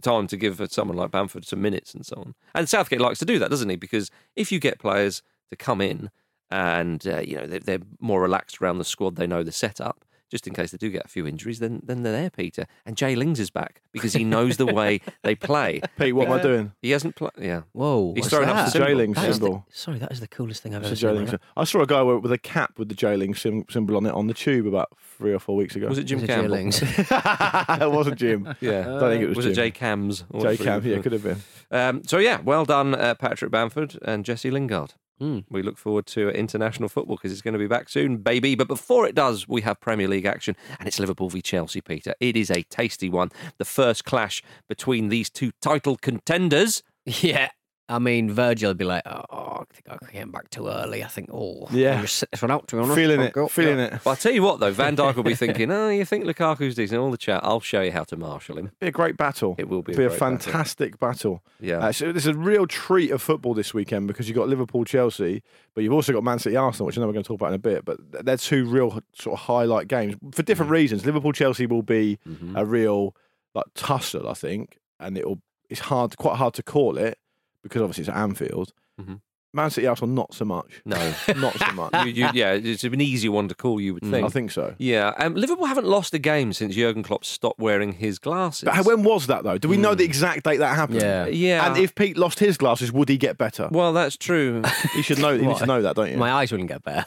[SPEAKER 1] time to give someone like Bamford some minutes and so on. And Southgate likes to do that, doesn't he? Because if you get players to come in and uh, you know they're, they're more relaxed around the squad, they know the setup. Just in case they do get a few injuries, then then they're there, Peter. And Jay Lings is back because he knows the way they play.
[SPEAKER 2] Pete, what am I doing?
[SPEAKER 1] He hasn't played. Yeah.
[SPEAKER 3] Whoa.
[SPEAKER 1] He's
[SPEAKER 3] what's
[SPEAKER 1] throwing up
[SPEAKER 3] that?
[SPEAKER 1] the symbol.
[SPEAKER 2] Jailing
[SPEAKER 3] That is the-
[SPEAKER 2] symbol.
[SPEAKER 3] sorry, that is the coolest thing I've
[SPEAKER 2] It's
[SPEAKER 3] ever
[SPEAKER 2] a
[SPEAKER 3] seen. in my
[SPEAKER 2] Jailing
[SPEAKER 3] life.
[SPEAKER 2] symbol. I saw a guy with with a cap with the Jailing sym- symbol on it on the tube about three or four weeks ago.
[SPEAKER 1] Was it Jim
[SPEAKER 3] Is it
[SPEAKER 1] Campbell?
[SPEAKER 3] Jailings?
[SPEAKER 2] it wasn't Jim.
[SPEAKER 1] Yeah.
[SPEAKER 2] I don't think it was,
[SPEAKER 1] was
[SPEAKER 2] Jim.
[SPEAKER 1] it Jay Cams? or
[SPEAKER 2] Jay
[SPEAKER 1] whatever
[SPEAKER 2] Cam.
[SPEAKER 1] he-
[SPEAKER 2] Yeah, could have been.
[SPEAKER 1] Um, so yeah, well done, uh, Patrick Bamford and Jesse Lingard.
[SPEAKER 2] Hmm.
[SPEAKER 3] Mm.
[SPEAKER 1] We look forward to uh, international football because it's going to be back soon, baby. But before it does, we have Premier League action, and it's Liverpool v Chelsea, Peter. It is a tasty one. The first clash between these two title contenders.
[SPEAKER 3] Yeah. I mean, Virgil would be like, oh, I think I came back too early. I think, oh,
[SPEAKER 2] Yeah.
[SPEAKER 3] I'll just sit this one out, to be honest.
[SPEAKER 2] Feeling
[SPEAKER 3] I'll
[SPEAKER 2] it.
[SPEAKER 3] go-
[SPEAKER 2] Feeling
[SPEAKER 3] yeah.
[SPEAKER 2] it.
[SPEAKER 1] Well, I'll tell you what, though, Van Dijk will be thinking, oh, you think Lukaku's decent? All the chat. I'll show you how to marshal him.
[SPEAKER 2] Be a great battle.
[SPEAKER 1] It will be a
[SPEAKER 2] be a,
[SPEAKER 1] great battle.
[SPEAKER 2] fantastic battle.
[SPEAKER 1] Yeah.
[SPEAKER 2] Uh, so there's a real treat of football this weekend because you've got Liverpool, Chelsea, but you've also got Man City, Arsenal, which I know we're going to talk about in a bit. But th- they're two real h- sort of highlight games for
[SPEAKER 1] Mm-hmm.
[SPEAKER 2] different reasons. Liverpool, Chelsea will be a real like tussle, I think, and it'll it's hard, quite hard to call it because obviously it's at Anfield.
[SPEAKER 1] Mhm.
[SPEAKER 2] Man City, Arsenal, not so much.
[SPEAKER 1] No.
[SPEAKER 2] not so much.
[SPEAKER 1] you, you, yeah, it's an easy one to call, you would think.
[SPEAKER 2] Hmm. I think so.
[SPEAKER 1] Yeah, um, Liverpool haven't lost a game since Jurgen Klopp stopped wearing his glasses.
[SPEAKER 2] But how- when was that though? Do we know the exact date that happened?
[SPEAKER 3] Yeah.
[SPEAKER 1] Mm. Yeah.
[SPEAKER 2] And if Pete lost his glasses, would he get better?
[SPEAKER 1] well, that's true.
[SPEAKER 2] You should know. You need
[SPEAKER 3] What?
[SPEAKER 2] to know that, don't you?
[SPEAKER 3] My eyes wouldn't get better.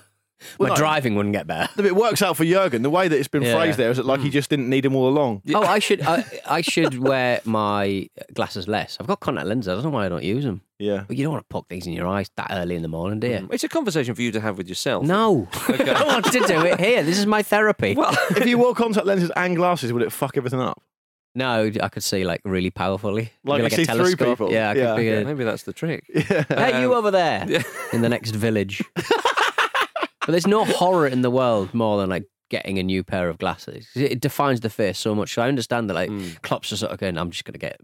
[SPEAKER 2] Well,
[SPEAKER 3] my
[SPEAKER 2] no.
[SPEAKER 3] driving wouldn't get better.
[SPEAKER 2] It works out for Jurgen. The way that it's been
[SPEAKER 3] Yeah.
[SPEAKER 2] phrased there is that like he just didn't need him all along.
[SPEAKER 3] Oh, I should I, I should wear my glasses less. I've got contact lenses. I don't know why I don't use them.
[SPEAKER 2] Yeah.
[SPEAKER 3] But you don't want to poke things in your eyes that early in the morning, do you?
[SPEAKER 1] It's a conversation for you to have with yourself.
[SPEAKER 3] No. I want to do it here. This is my therapy.
[SPEAKER 1] Well,
[SPEAKER 2] if you wore contact lenses and glasses, would it fuck everything up?
[SPEAKER 3] No, I could see like really powerfully.
[SPEAKER 2] Like
[SPEAKER 3] Be
[SPEAKER 2] you see
[SPEAKER 3] a
[SPEAKER 2] through
[SPEAKER 3] telescope.
[SPEAKER 2] people.
[SPEAKER 3] Yeah, I could
[SPEAKER 2] Yeah.
[SPEAKER 3] be a,
[SPEAKER 1] maybe that's the trick.
[SPEAKER 3] Hey, you over there in the next village. but there's no horror in the world more than like getting a new pair of glasses. It it defines the face so much. So I understand that like
[SPEAKER 2] Hmm.
[SPEAKER 3] Klopp's just sort of going, I'm just going to get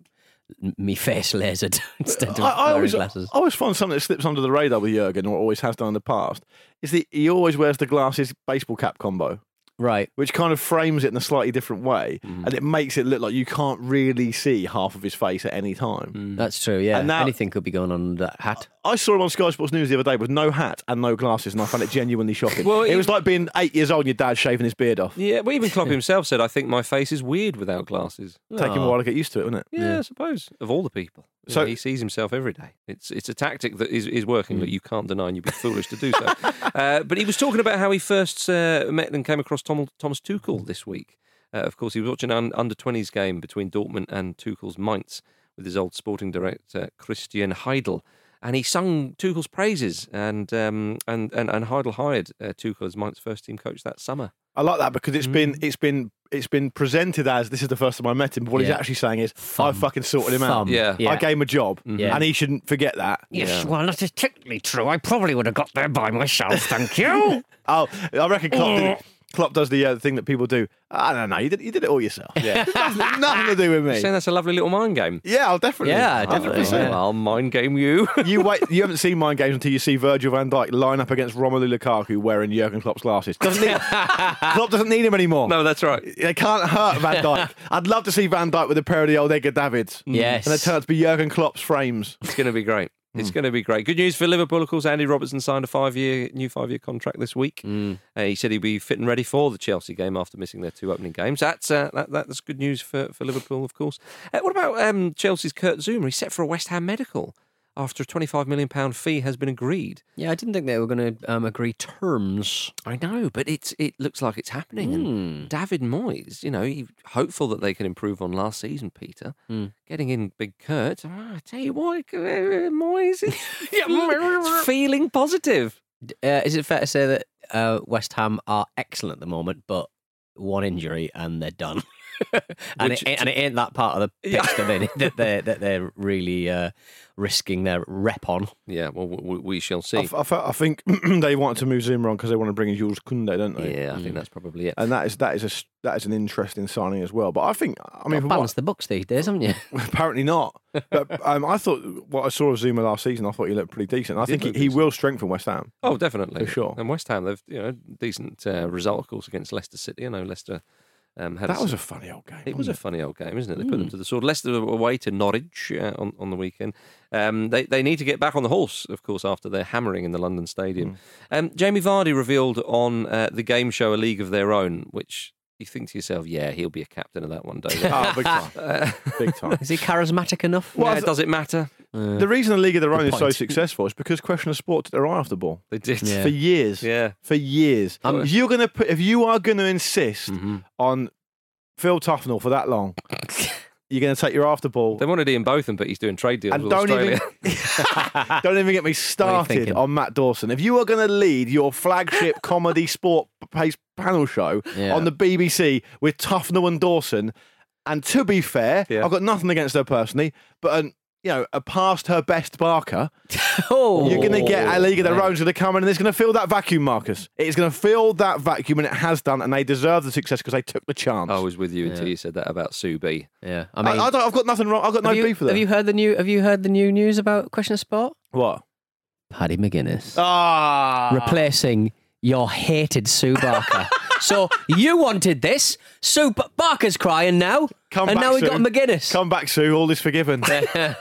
[SPEAKER 3] m- me face lasered instead of
[SPEAKER 2] I, I
[SPEAKER 3] wearing
[SPEAKER 2] always, uh, I
[SPEAKER 3] glasses.
[SPEAKER 2] always find something that slips under the radar with Jurgen, or always has done in the past, is that he always wears the glasses baseball cap combo,
[SPEAKER 3] Right.
[SPEAKER 2] which kind of frames it in a slightly different way, and it makes it look like you can't really see half of his face at any time.
[SPEAKER 3] That's true. Yeah.
[SPEAKER 2] Hmm. And now-
[SPEAKER 3] Anything could be going on under that hat.
[SPEAKER 2] I saw him on Sky Sports News the other day with no hat and no glasses, and I found it genuinely shocking.
[SPEAKER 1] Well,
[SPEAKER 2] it
[SPEAKER 1] it-
[SPEAKER 2] was like being eight years old and your dad shaving his beard off.
[SPEAKER 1] Yeah, well, even Klopp himself said, I think my face is weird without glasses.
[SPEAKER 2] Take him a while to get used to it, wouldn't it?
[SPEAKER 1] Yeah, I suppose. Of all the people.
[SPEAKER 2] So-
[SPEAKER 1] So Hmm. he sees himself every day. It's it's a tactic that is, is working that you can't deny and you'd be foolish to do so. Uh, but he was talking about how he first uh, met and came across Tom, Thomas Tuchel this week. Uh, of course, he was watching an under 20s game between Dortmund and Tuchel's Mainz with his old sporting director, Christian Heidel. And he sung Tuchel's praises, and um, and, and and Heidel hired uh, Tuchel as Mainz first team coach that summer.
[SPEAKER 2] I like that because it's
[SPEAKER 3] Mm.
[SPEAKER 2] been it's been it's been presented as this is the first time I met him, but what he's
[SPEAKER 3] Yeah.
[SPEAKER 2] actually saying is I
[SPEAKER 3] Thumb.
[SPEAKER 2] fucking sorted him out.
[SPEAKER 3] Thumb. Mm-hmm.
[SPEAKER 1] Yeah.
[SPEAKER 2] I gave him a job,
[SPEAKER 3] Yeah.
[SPEAKER 2] and he shouldn't forget that.
[SPEAKER 4] Yes, well, that is technically true. I probably would have got there by myself, thank you.
[SPEAKER 2] Oh, I reckon Klopp, did, Klopp does the uh, thing that people do. I don't know. You did you did it all yourself. Yeah, nothing, nothing to do with
[SPEAKER 1] Saying
[SPEAKER 2] me.
[SPEAKER 1] that's a lovely little mind game.
[SPEAKER 2] Yeah, I'll definitely.
[SPEAKER 3] Yeah,
[SPEAKER 2] definitely.
[SPEAKER 3] definitely.
[SPEAKER 2] say that.
[SPEAKER 3] Yeah.
[SPEAKER 1] I'll mind game you.
[SPEAKER 2] You wait. You haven't seen mind games until you see Virgil Van Dijk line up against Romelu Lukaku wearing Jurgen Klopp's glasses. Doesn't need, Klopp doesn't need him anymore.
[SPEAKER 1] no, that's right.
[SPEAKER 2] They can't hurt Van Dyke. I'd love to see Van Dyke with a pair of the old Edgar Davids.
[SPEAKER 3] Yes.
[SPEAKER 2] And it turns to be Jurgen Klopp's frames.
[SPEAKER 1] It's going to be great. It's going to be great. Good news for Liverpool, of course. Andy Robertson signed a five-year new five-year contract this week. Uh, he said he'd be fit and ready for the Chelsea game after missing their two opening games. That's uh, that, that's good news for, for Liverpool, of course. Uh, what about um, Chelsea's Kurt Zuma? He's set for a West Ham medical after a twenty-five million pound fee has been agreed.
[SPEAKER 3] Yeah, I didn't think they were going to um, agree terms.
[SPEAKER 1] I know, but it's it looks like it's happening.
[SPEAKER 2] Hmm.
[SPEAKER 1] And David Moyes, you know, he, hopeful that they can improve on last season. Peter
[SPEAKER 2] Hmm.
[SPEAKER 1] getting in big Kurt. Oh, I tell you what, uh, Moyes is it's feeling positive.
[SPEAKER 3] D- Uh, is it fair to say that uh, West Ham are excellent at the moment, but one injury and they're done? and,
[SPEAKER 1] Which-
[SPEAKER 3] it ain't, and it ain't that part of the pitch that, they, that they're that they're really uh, risking their rep on.
[SPEAKER 1] Yeah, well, w- w- we shall
[SPEAKER 2] I,
[SPEAKER 1] see.
[SPEAKER 2] f- I f- I think they wanted to move Zimmer on because they want to bring in Jules Kunde, don't they?
[SPEAKER 1] Yeah, I think that's probably it.
[SPEAKER 2] And that is that is a s- that is an interesting signing as well. But I think I mean
[SPEAKER 3] Got
[SPEAKER 2] from
[SPEAKER 3] to
[SPEAKER 2] what-
[SPEAKER 3] balance the books these days, haven't you?
[SPEAKER 2] Apparently not. But um, I thought what I saw of Zuma last season, I thought he looked pretty decent. I think he,
[SPEAKER 1] look
[SPEAKER 2] he will strengthen West Ham.
[SPEAKER 1] Oh, definitely
[SPEAKER 2] For sure.
[SPEAKER 1] And West Ham, they've you know decent uh, result, of course, against Leicester City. I know Leicester um, had
[SPEAKER 2] That
[SPEAKER 1] a,
[SPEAKER 2] was a funny old game.
[SPEAKER 1] it was a
[SPEAKER 2] wasn't
[SPEAKER 1] funny old game, isn't it? They put them to the sword. Leicester were away to Norwich uh, on on the weekend. Um, they they need to get back on the horse, of course, after their hammering in the London Stadium. Um, Jamie Vardy revealed on uh, the game show A League of Their Own, which you think to yourself, yeah, he'll be a captain of that one day.
[SPEAKER 2] it? oh, big time, big time.
[SPEAKER 3] Is he charismatic enough?
[SPEAKER 1] Yeah,
[SPEAKER 2] I th-
[SPEAKER 1] does it matter?
[SPEAKER 2] The reason the League of Their Own is so
[SPEAKER 3] point.
[SPEAKER 2] successful is because Question of Sport took their eye off the ball
[SPEAKER 1] They did.
[SPEAKER 3] Yeah.
[SPEAKER 2] for years.
[SPEAKER 1] Yeah.
[SPEAKER 2] for years. if you're gonna put, if you are gonna insist
[SPEAKER 3] Mm-hmm.
[SPEAKER 2] on Phil Tufnell for that long, you're gonna take your after ball.
[SPEAKER 1] They wanted Ian Botham, but he's doing trade deals
[SPEAKER 2] And
[SPEAKER 1] with
[SPEAKER 2] don't
[SPEAKER 1] Australia.
[SPEAKER 2] even, don't even get me started
[SPEAKER 3] thinking?
[SPEAKER 2] on Matt Dawson. If you are going to lead your flagship comedy sport based panel show
[SPEAKER 3] Yeah.
[SPEAKER 2] on the BBC with Tufnell and Dawson, and to be fair,
[SPEAKER 1] Yeah.
[SPEAKER 2] I've got nothing against her personally, but an, you know, a past her best Barker,
[SPEAKER 3] Oh,
[SPEAKER 2] you're going to get a League of Their
[SPEAKER 3] yeah.
[SPEAKER 2] Own going to come in and it's going to fill that vacuum, Marcus. It is going to fill that vacuum, and it has done, and they deserve the success because they took the chance.
[SPEAKER 1] I was with you until you said that about Sue B.
[SPEAKER 3] Yeah,
[SPEAKER 2] I
[SPEAKER 3] I mean,
[SPEAKER 2] I, don't, I've got nothing wrong. I've got no
[SPEAKER 3] have, you,
[SPEAKER 2] beef with
[SPEAKER 3] have
[SPEAKER 2] them.
[SPEAKER 3] you heard the new? Have you heard the new news about Question of Sport?
[SPEAKER 2] What?
[SPEAKER 3] Paddy McGuinness Uh-huh.
[SPEAKER 2] Ah.
[SPEAKER 3] replacing your hated Sue Barker. so you wanted this. Sue Ba- Barker's crying now,
[SPEAKER 2] Come
[SPEAKER 3] and
[SPEAKER 2] back,
[SPEAKER 3] now we
[SPEAKER 2] Sue.
[SPEAKER 3] got McGuinness.
[SPEAKER 2] Come back, Sue. All is forgiven.
[SPEAKER 3] no,
[SPEAKER 2] No,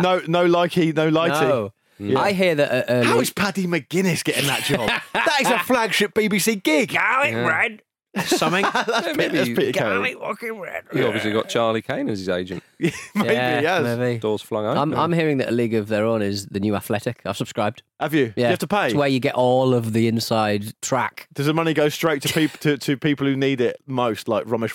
[SPEAKER 2] no, no likey, no lighty.
[SPEAKER 3] I hear that. Uh,
[SPEAKER 2] How
[SPEAKER 3] early-
[SPEAKER 2] is Paddy McGuinness getting that job? that is a flagship BBC gig.
[SPEAKER 4] Garlic red.
[SPEAKER 2] Something.
[SPEAKER 1] Maybe
[SPEAKER 2] that's, Peter, that's
[SPEAKER 1] you-
[SPEAKER 2] Peter Carey.
[SPEAKER 4] Garlic fucking red.
[SPEAKER 1] He obviously got Charlie Kane as his agent.
[SPEAKER 2] Maybe
[SPEAKER 3] yeah,
[SPEAKER 2] he has.
[SPEAKER 3] maybe.
[SPEAKER 1] Doors flung open.
[SPEAKER 3] I'm, I'm hearing that a league of their own is the new Athletic. I've subscribed.
[SPEAKER 2] Have you? Do
[SPEAKER 3] Yeah,
[SPEAKER 2] you have to pay?
[SPEAKER 3] It's where you get all of the inside track.
[SPEAKER 2] Does the money go straight to people to, to people who need it most, like Ramesh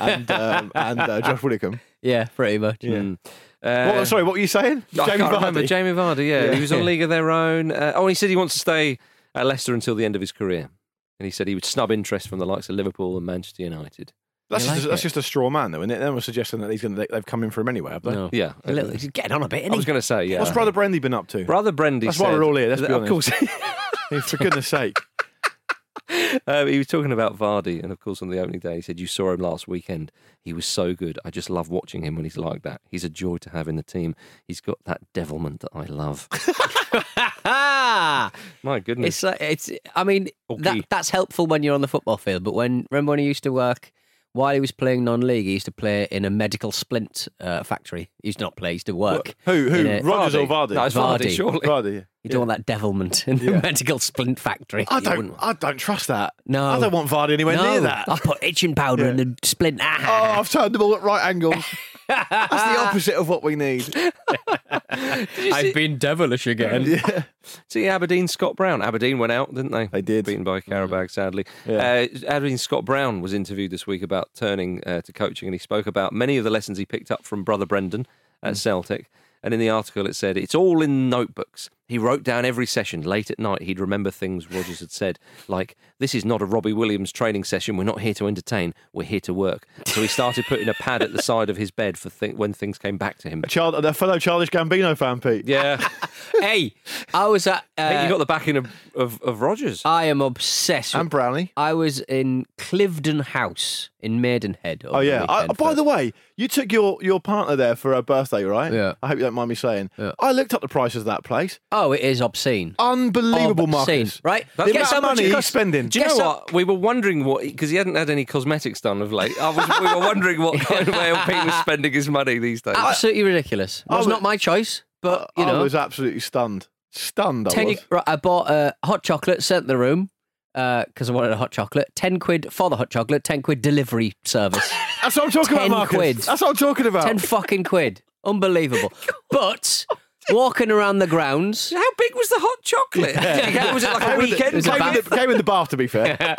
[SPEAKER 2] and um, and uh, Josh Widdicombe?
[SPEAKER 3] Yeah, pretty much.
[SPEAKER 2] Yeah.
[SPEAKER 1] Uh,
[SPEAKER 2] What- sorry, what were you saying?
[SPEAKER 1] I can't remember.
[SPEAKER 2] Vardy?
[SPEAKER 1] Jamie Vardy, yeah.
[SPEAKER 2] Yeah.
[SPEAKER 1] He was on League of Their Own. Uh, oh, and he said he wants to stay at Leicester until the end of his career. And he said he would snub interest from the likes of Liverpool and Manchester United.
[SPEAKER 2] that's
[SPEAKER 3] You
[SPEAKER 2] just,
[SPEAKER 3] like
[SPEAKER 2] that's
[SPEAKER 3] it?
[SPEAKER 2] just a straw man, though, isn't it? They were suggesting that he's going to they've come in for him anyway, have they?
[SPEAKER 3] No.
[SPEAKER 1] Yeah.
[SPEAKER 3] A little, he's getting on a bit.
[SPEAKER 1] I was going to say, yeah.
[SPEAKER 2] What's Brother Brandy been up to?
[SPEAKER 1] Brother Brendy
[SPEAKER 2] That's
[SPEAKER 1] said,
[SPEAKER 2] why we're all here, let's be
[SPEAKER 1] Of course,
[SPEAKER 2] for goodness' sake.
[SPEAKER 1] uh, he was talking about Vardy, and of course, on the opening day, he said, "You saw him last weekend. He was so good. I just love watching him when he's like that. He's a joy to have in the team. He's got that devilment that I love.
[SPEAKER 3] Ah,
[SPEAKER 1] My goodness,
[SPEAKER 3] it's like it's. I mean, that,
[SPEAKER 1] Okay.
[SPEAKER 3] that's helpful when you're on the football field. But when remember when he used to work while he was playing non-league, he used to play in a medical splint uh, factory. He used to not play. He used to work.
[SPEAKER 2] Who?
[SPEAKER 3] in
[SPEAKER 2] Who?
[SPEAKER 3] a-
[SPEAKER 2] Rodgers or Vardy?
[SPEAKER 1] No, it's Vardy,
[SPEAKER 3] Vardy.
[SPEAKER 1] surely.
[SPEAKER 2] Vardy. yeah.
[SPEAKER 3] You don't want that devilment in the medical splint factory.
[SPEAKER 2] I don't. I don't trust that.
[SPEAKER 3] No.
[SPEAKER 2] I don't want Vardy anywhere
[SPEAKER 3] no,
[SPEAKER 2] near that.
[SPEAKER 3] I put itching powder in the splint. Ah,
[SPEAKER 2] Oh, I've turned them all at right angles. That's the opposite of what we need. Oh,
[SPEAKER 3] I've been devilish again.
[SPEAKER 2] Yeah.
[SPEAKER 1] See Aberdeen Scott Brown. Aberdeen went out, didn't they?
[SPEAKER 2] They did.
[SPEAKER 1] Beaten by Carabag, sadly.
[SPEAKER 2] Yeah.
[SPEAKER 1] Uh, Aberdeen Scott Brown was interviewed this week about turning uh, to coaching, and he spoke about many of the lessons he picked up from brother Brendan at
[SPEAKER 2] Mm.
[SPEAKER 1] Celtic. And in the article, it said it's all in notebooks. He wrote down every session. Late at night, he'd remember things Rogers had said, like "This is not a Robbie Williams training session. We're not here to entertain. We're here to work." So he started putting a pad at the side of his bed for th- when things came back to him.
[SPEAKER 2] A, child, a fellow childish Gambino fan, Pete.
[SPEAKER 1] Yeah,
[SPEAKER 3] hey, I was at. Uh,
[SPEAKER 1] I think you got the backing of of, of Rogers.
[SPEAKER 3] I am obsessed.
[SPEAKER 2] And
[SPEAKER 3] With,
[SPEAKER 2] Brownie.
[SPEAKER 3] I was in Cliveden House in Maidenhead.
[SPEAKER 2] Oh yeah. I, by the way, you took your, your partner there for her birthday, right?
[SPEAKER 3] Yeah.
[SPEAKER 2] I hope you don't mind me saying.
[SPEAKER 3] Yeah.
[SPEAKER 2] I looked up the prices of that place.
[SPEAKER 3] oh, it is obscene.
[SPEAKER 2] Unbelievable,
[SPEAKER 3] Obscene,
[SPEAKER 2] Marcus.
[SPEAKER 3] Oh, right?
[SPEAKER 2] The
[SPEAKER 3] That's-
[SPEAKER 2] amount
[SPEAKER 3] Guess how
[SPEAKER 2] of
[SPEAKER 3] much
[SPEAKER 2] money
[SPEAKER 3] it
[SPEAKER 2] he's
[SPEAKER 3] costs-
[SPEAKER 2] spending.
[SPEAKER 1] Do you
[SPEAKER 3] Guess
[SPEAKER 1] know
[SPEAKER 3] how-
[SPEAKER 1] what? We were wondering what because he hadn't had any cosmetics done of late. I was, we were wondering what kind of way Pete was spending his money these days.
[SPEAKER 3] Absolutely ridiculous. It was
[SPEAKER 2] I-
[SPEAKER 3] not my choice, but you
[SPEAKER 2] I
[SPEAKER 3] know,
[SPEAKER 2] was absolutely stunned. Stunned. I
[SPEAKER 3] ten.
[SPEAKER 2] was.
[SPEAKER 3] right, I bought a hot chocolate, sent the room because I wanted a hot chocolate. Ten quid for the hot chocolate. Ten quid delivery service.
[SPEAKER 2] That's what I'm talking about,
[SPEAKER 3] 10
[SPEAKER 2] Marcus.
[SPEAKER 3] quid.
[SPEAKER 2] That's what I'm talking about.
[SPEAKER 3] ten fucking quid. Unbelievable. But walking around the grounds.
[SPEAKER 1] How big was the hot chocolate? Was it like a
[SPEAKER 2] Came with the-
[SPEAKER 1] weekend?
[SPEAKER 2] Came
[SPEAKER 1] bath?
[SPEAKER 2] with the- came in the bath, to be fair.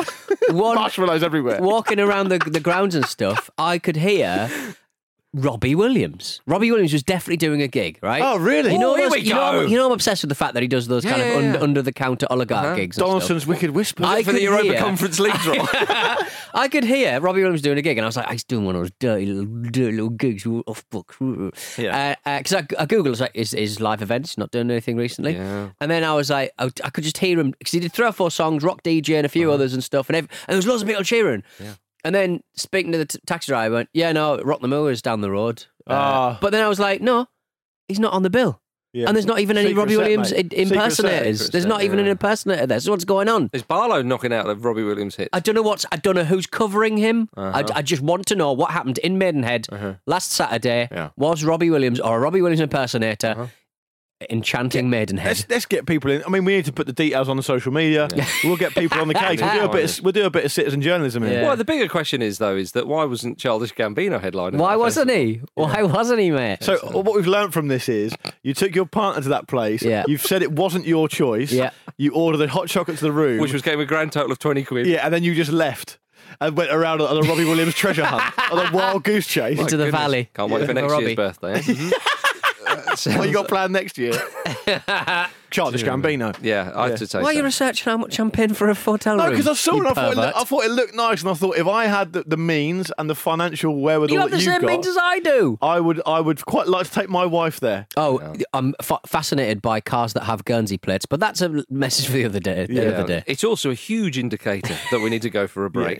[SPEAKER 3] One,
[SPEAKER 2] Marshmallows everywhere.
[SPEAKER 3] walking around the, the grounds and stuff, I could hear Robbie Williams. Robbie Williams was definitely doing a gig, right?
[SPEAKER 2] Oh, really?
[SPEAKER 3] You know,
[SPEAKER 2] Oh, here
[SPEAKER 3] those-
[SPEAKER 2] we
[SPEAKER 3] you know,
[SPEAKER 2] go.
[SPEAKER 3] I'm- you know I'm obsessed with the fact that he does those kind
[SPEAKER 1] Yeah,
[SPEAKER 3] of
[SPEAKER 1] yeah,
[SPEAKER 3] un-
[SPEAKER 1] yeah.
[SPEAKER 2] Uh-huh.
[SPEAKER 3] under the counter oligarch gigs. and stuff.
[SPEAKER 2] Donaldson's Wicked Whisper.
[SPEAKER 3] I
[SPEAKER 1] for the
[SPEAKER 3] could
[SPEAKER 1] Europa
[SPEAKER 3] hear-
[SPEAKER 1] Conference League draw.
[SPEAKER 3] I could hear Robbie Williams doing a gig, and I was like, he's doing one of those dirty little, dirty little gigs Oh, woo, off book. Because
[SPEAKER 1] Yeah.
[SPEAKER 3] uh, I, I Googled, it's like, is, is live events, not doing anything recently.
[SPEAKER 1] Yeah.
[SPEAKER 3] And then I was like, I, I could just hear him, because he did three or four songs, rock DJ and a
[SPEAKER 2] Uh-huh.
[SPEAKER 3] few others and stuff, and, ev- and there was loads of people cheering. Yeah. And then speaking to the t- taxi driver, I went, yeah, no, Rock the Moor is down the road. Uh,
[SPEAKER 2] Ah.
[SPEAKER 3] But then I was like, no, he's not on the bill.
[SPEAKER 2] Yeah.
[SPEAKER 3] And there's not even any
[SPEAKER 2] Secret
[SPEAKER 3] Robbie
[SPEAKER 2] set,
[SPEAKER 3] Williams
[SPEAKER 2] mate.
[SPEAKER 3] i-
[SPEAKER 2] Secret set.
[SPEAKER 3] impersonators.
[SPEAKER 2] Secret
[SPEAKER 3] there's
[SPEAKER 2] set,
[SPEAKER 3] not even an
[SPEAKER 2] yeah.
[SPEAKER 3] impersonator there. So what's going on?
[SPEAKER 1] Is Barlow knocking out of Robbie Williams hit?
[SPEAKER 3] I don't know what's. I don't know who's covering him.
[SPEAKER 2] Uh-huh.
[SPEAKER 3] I, I just want to know what happened in Maidenhead last Saturday.
[SPEAKER 1] Yeah.
[SPEAKER 3] Was Robbie Williams or a Robbie Williams impersonator
[SPEAKER 2] Uh-huh.
[SPEAKER 3] enchanting Maidenhead?
[SPEAKER 2] Let's, let's get people in. I mean, we need to put the details on the social media. We'll get people on the case. We'll do a bit. Of, we'll do a bit of citizen journalism. Here.
[SPEAKER 3] Yeah.
[SPEAKER 1] Well, the bigger question is though, is that why wasn't Childish Gambino headlining?
[SPEAKER 3] Why
[SPEAKER 1] that
[SPEAKER 3] wasn't he? Why wasn't he, mate?
[SPEAKER 2] So what we've learned from this is you took your partner to that place.
[SPEAKER 3] Yeah.
[SPEAKER 2] You've said it wasn't your choice.
[SPEAKER 3] Yeah.
[SPEAKER 2] You ordered a hot chocolate to the room,
[SPEAKER 1] festival? Which was getting a grand total of twenty quid.
[SPEAKER 2] yeah, and then you just left and went around on a Robbie Williams treasure hunt, on a wild goose chase.
[SPEAKER 3] Into the valley.
[SPEAKER 1] Can't wait
[SPEAKER 3] Yeah.
[SPEAKER 1] for next
[SPEAKER 3] For
[SPEAKER 1] year's birthday. eh?
[SPEAKER 2] what you got planned next year? Childish Gambino.
[SPEAKER 1] yeah, I have to say.
[SPEAKER 3] Why are you
[SPEAKER 1] so.
[SPEAKER 3] researching how much I'm paying for a hotel
[SPEAKER 2] No,
[SPEAKER 3] room?
[SPEAKER 2] because I saw
[SPEAKER 3] you
[SPEAKER 2] it. I thought it,
[SPEAKER 3] pervert?
[SPEAKER 2] looked, I thought it looked nice, and I thought if I had the, the means and the financial wherewithal
[SPEAKER 3] you have
[SPEAKER 2] that
[SPEAKER 3] the
[SPEAKER 2] you've
[SPEAKER 3] same
[SPEAKER 2] got,
[SPEAKER 3] means as I do.
[SPEAKER 2] I would I would quite like to take my wife there.
[SPEAKER 3] Oh, I'm fa- fascinated by cars that have Guernsey plates, but that's a message for the other day. The
[SPEAKER 1] Yeah.
[SPEAKER 3] other day.
[SPEAKER 1] It's also a huge indicator that we need to go for a break.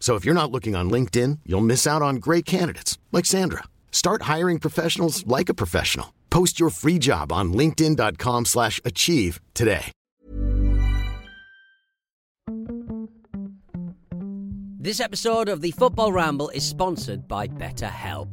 [SPEAKER 5] So if you're not looking on LinkedIn, you'll miss out on great candidates like Sandra. Start hiring professionals like a professional. Post your free job on linkedin.com/achieve slash achieve today.
[SPEAKER 3] This episode of the Football Ramble is sponsored by BetterHelp.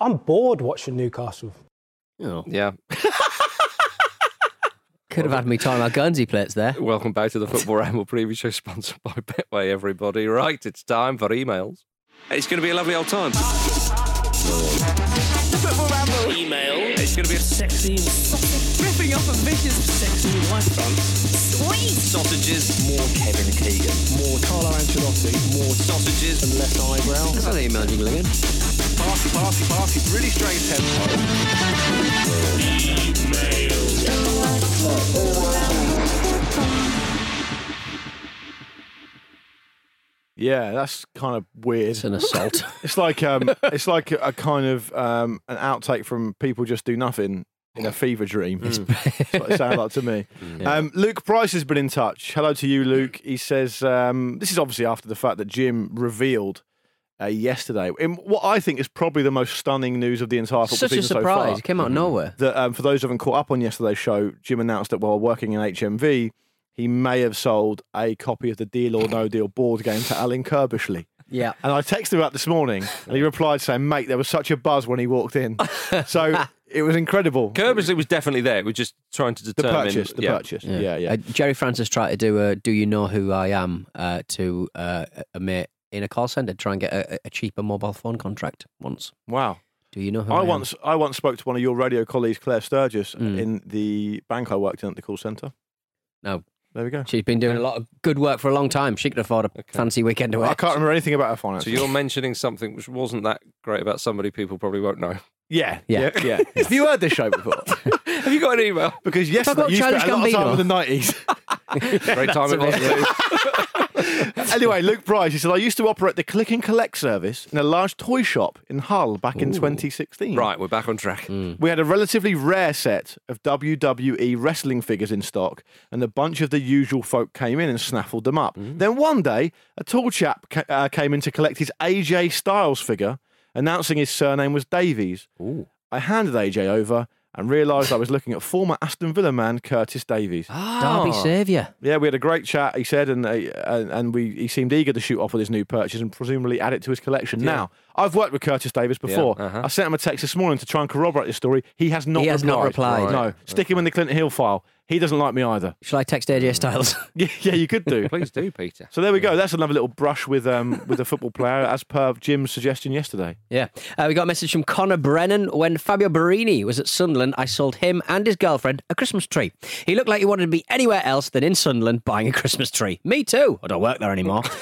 [SPEAKER 6] I'm bored watching Newcastle.
[SPEAKER 1] yeah.
[SPEAKER 3] Could have had me talking about Guernsey plates there.
[SPEAKER 1] Welcome back to the Football Ramble preview show sponsored by Betway, everybody. Right, it's time for emails. It's going to be a lovely old time. It's going to be a
[SPEAKER 7] Sexy. Ripping off a vicious sexy white Sweet. Sausages. More Kevin Keegan. More Carlo Ancelotti. More sausages. And less eyebrows.
[SPEAKER 3] Hello, Imagine Living.
[SPEAKER 7] Party, party, party. Really strange tempo.
[SPEAKER 2] Yeah, that's kind of weird.
[SPEAKER 3] It's an assault.
[SPEAKER 2] It's like um, it's like a kind of um, an outtake from people just do nothing in a fever dream. That's what it sounds like to me. Um, Luke Price has been in touch. Hello to you, Luke. He says um, this is obviously after the fact that Jim revealed uh, yesterday in what I think is probably the most stunning news of the entire football
[SPEAKER 3] Such a
[SPEAKER 2] season so
[SPEAKER 3] surprise.
[SPEAKER 2] far
[SPEAKER 3] It came out of nowhere.
[SPEAKER 2] that um, for those who haven't caught up on yesterday's show, Jim announced that while working in HMV, he may have sold a copy of the Deal or No Deal board game to Alan Kirbishley.
[SPEAKER 3] Yeah.
[SPEAKER 2] And I texted him out this morning, and he replied saying, "Mate, there was such a buzz when he walked in, so it was incredible."
[SPEAKER 1] Kerbersley was definitely there. We're just trying to
[SPEAKER 2] The
[SPEAKER 1] determine
[SPEAKER 2] purchase, the
[SPEAKER 1] yeah.
[SPEAKER 2] purchase, yeah, yeah.
[SPEAKER 3] Uh, Jerry Francis tried to do a "Do you know who I am?" Uh, to uh, a- a mate in a call center, try and get a, a cheaper mobile phone contract once.
[SPEAKER 2] wow.
[SPEAKER 3] Do you know who I,
[SPEAKER 2] I
[SPEAKER 3] am?
[SPEAKER 2] once, I once spoke to one of your radio colleagues, Claire Sturgis,
[SPEAKER 3] Mm.
[SPEAKER 2] in the bank I worked in at the call centre.
[SPEAKER 3] No,
[SPEAKER 2] There we go.
[SPEAKER 3] she's been doing a lot of good work for a long time. She could afford a fancy weekend away.
[SPEAKER 2] I can't remember anything about her finances.
[SPEAKER 1] So you're mentioning something which wasn't that great about somebody people probably won't know.
[SPEAKER 2] Hmm. yeah,
[SPEAKER 3] Yeah.
[SPEAKER 2] yeah, yeah. Have you heard this show before?
[SPEAKER 1] Have you got an email?
[SPEAKER 2] Because
[SPEAKER 3] I
[SPEAKER 2] yesterday
[SPEAKER 3] got
[SPEAKER 2] you spent a lot
[SPEAKER 3] Childish
[SPEAKER 2] of time
[SPEAKER 3] Gambino?
[SPEAKER 2] in the nineties.
[SPEAKER 1] Great time it was.
[SPEAKER 2] anyway, Luke Price, he said I used to operate the click and collect service in a large toy shop in Hull back in 2016.
[SPEAKER 1] Right, we're back on track.
[SPEAKER 2] We had a relatively rare set of WWE wrestling figures in stock, and a bunch of the usual folk came in and snaffled them up. Then one day, a tall chap ca- uh, came in to collect his AJ Styles figure, announcing his surname was Davies. I handed AJ over and realised I was looking at former Aston Villa man Curtis Davies.
[SPEAKER 3] Derby
[SPEAKER 2] Oh.
[SPEAKER 3] saviour.
[SPEAKER 2] Yeah, we had a great chat. He said, and uh, and, and we he seemed eager to shoot off with his new purchase and presumably add it to his collection. Now, I've worked with Curtis Davis before.
[SPEAKER 1] uh-huh.
[SPEAKER 2] I sent him a text this morning to try and corroborate this story. He has not.
[SPEAKER 3] He has
[SPEAKER 2] replied.
[SPEAKER 3] not replied.
[SPEAKER 2] No, stick him in the Clinton Hill file. He doesn't like me either.
[SPEAKER 3] Shall I text AJ Styles?
[SPEAKER 2] Yeah, yeah, you could do.
[SPEAKER 1] Please do, Peter.
[SPEAKER 2] so there we go. That's another little brush with um with a football player, as per Jim's suggestion yesterday.
[SPEAKER 3] Yeah. Uh, we got a message from Connor Brennan. When Fabio Barini was at Sunderland, I sold him and his girlfriend a Christmas tree. He looked like he wanted to be anywhere else than in Sunderland buying a Christmas tree. Me too. I don't work there anymore.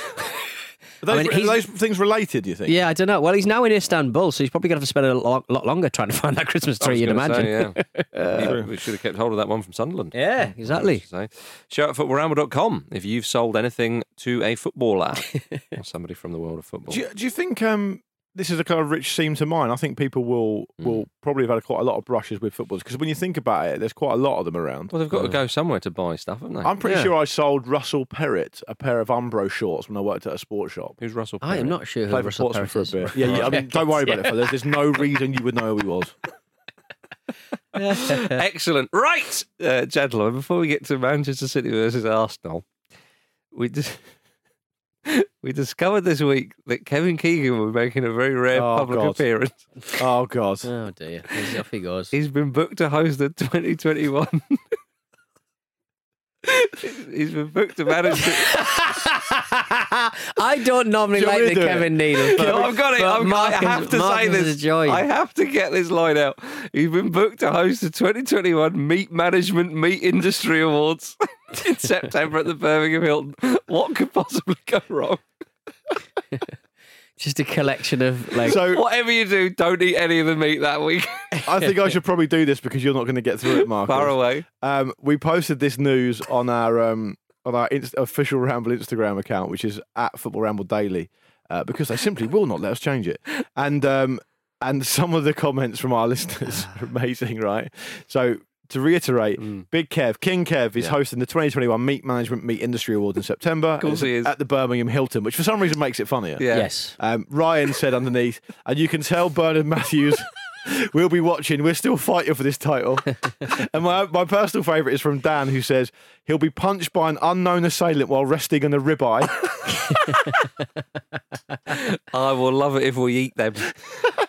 [SPEAKER 2] Are those,
[SPEAKER 3] mean, he's-
[SPEAKER 2] are those things related? Do you think?
[SPEAKER 3] yeah, I don't know. Well, he's now in Istanbul, so he's probably going to have to spend a lo- lot longer trying to find that Christmas
[SPEAKER 1] I
[SPEAKER 3] tree,
[SPEAKER 1] was
[SPEAKER 3] you'd
[SPEAKER 1] gonna
[SPEAKER 3] imagine.
[SPEAKER 1] say, yeah.
[SPEAKER 2] Uh,
[SPEAKER 1] You- we should have kept hold of that one from Sunderland.
[SPEAKER 3] Yeah, exactly.
[SPEAKER 1] So, shout out footballramble.com if you've sold anything to a footballer or somebody from the world of football.
[SPEAKER 2] Do you, do you think um, this is a kind of rich seam to mine? I think people will
[SPEAKER 3] Hmm.
[SPEAKER 2] will probably have had quite a lot of brushes with footballers because when you think about it, there's quite a lot of them around.
[SPEAKER 1] well, they've got to go somewhere to buy stuff, haven't they?
[SPEAKER 2] Uh. I'm pretty sure I sold Russell Perrett a pair of Umbro shorts when I worked at a sports shop.
[SPEAKER 1] Who's Russell?
[SPEAKER 3] I am
[SPEAKER 1] Perry?
[SPEAKER 3] not sure who
[SPEAKER 2] Played for
[SPEAKER 3] Russell
[SPEAKER 2] Portsmouth
[SPEAKER 3] Perrett
[SPEAKER 2] for a
[SPEAKER 3] is.
[SPEAKER 2] bit. Yeah, yeah I mean, don't worry about it. fellas. There's no reason you would know who he was.
[SPEAKER 1] Excellent. Right, uh, gentlemen, before we get to Manchester City versus Arsenal, we just. We discovered this week that Kevin Keegan will be making a very rare
[SPEAKER 2] Oh,
[SPEAKER 1] public
[SPEAKER 2] God.
[SPEAKER 1] appearance.
[SPEAKER 2] Oh God.
[SPEAKER 3] Oh dear, He's- off he goes.
[SPEAKER 1] He's been booked to host the 2021. He's been booked to manage. the-
[SPEAKER 3] I don't normally
[SPEAKER 2] Do you want
[SPEAKER 3] like
[SPEAKER 2] me
[SPEAKER 3] the
[SPEAKER 2] to do it?
[SPEAKER 3] Kevin Needle.
[SPEAKER 1] No, I've got it.
[SPEAKER 3] but
[SPEAKER 1] I've got, I
[SPEAKER 3] Mark
[SPEAKER 1] have
[SPEAKER 3] is-
[SPEAKER 1] to
[SPEAKER 3] Mark
[SPEAKER 1] say
[SPEAKER 3] is
[SPEAKER 1] this.
[SPEAKER 3] a joy.
[SPEAKER 1] I have to get this line out. He's been booked to host the 2021 Meat Management Meat Industry Awards in September at the Birmingham Hilton. What could possibly go wrong?
[SPEAKER 3] Just a collection of like.
[SPEAKER 2] So
[SPEAKER 1] Whatever you do, don't eat any of the meat that week.
[SPEAKER 2] I think I should probably do this because you're not going to get through it, Mark.
[SPEAKER 1] Far away.
[SPEAKER 2] Um, we posted this news on our um, on our inst- official Ramble Instagram account, which is at Football Ramble Daily, uh, because they simply will not let us change it. And um, and some of the comments from our listeners are amazing, right? So. To reiterate,
[SPEAKER 1] Mm.
[SPEAKER 2] Big Kev, King Kev, is hosting the 2021 Meat Management Meat Industry Awards in September. Of
[SPEAKER 1] course he is.
[SPEAKER 2] At the Birmingham Hilton, which for some reason makes it funnier.
[SPEAKER 1] Yeah.
[SPEAKER 3] Yes.
[SPEAKER 2] Um, Ryan said underneath, and you can tell Bernard Matthews. We'll be watching. We're still fighting for this title. and my, my personal favourite is from Dan, who says he'll be punched by an unknown assailant while resting on a ribeye.
[SPEAKER 1] I will love it if we eat them.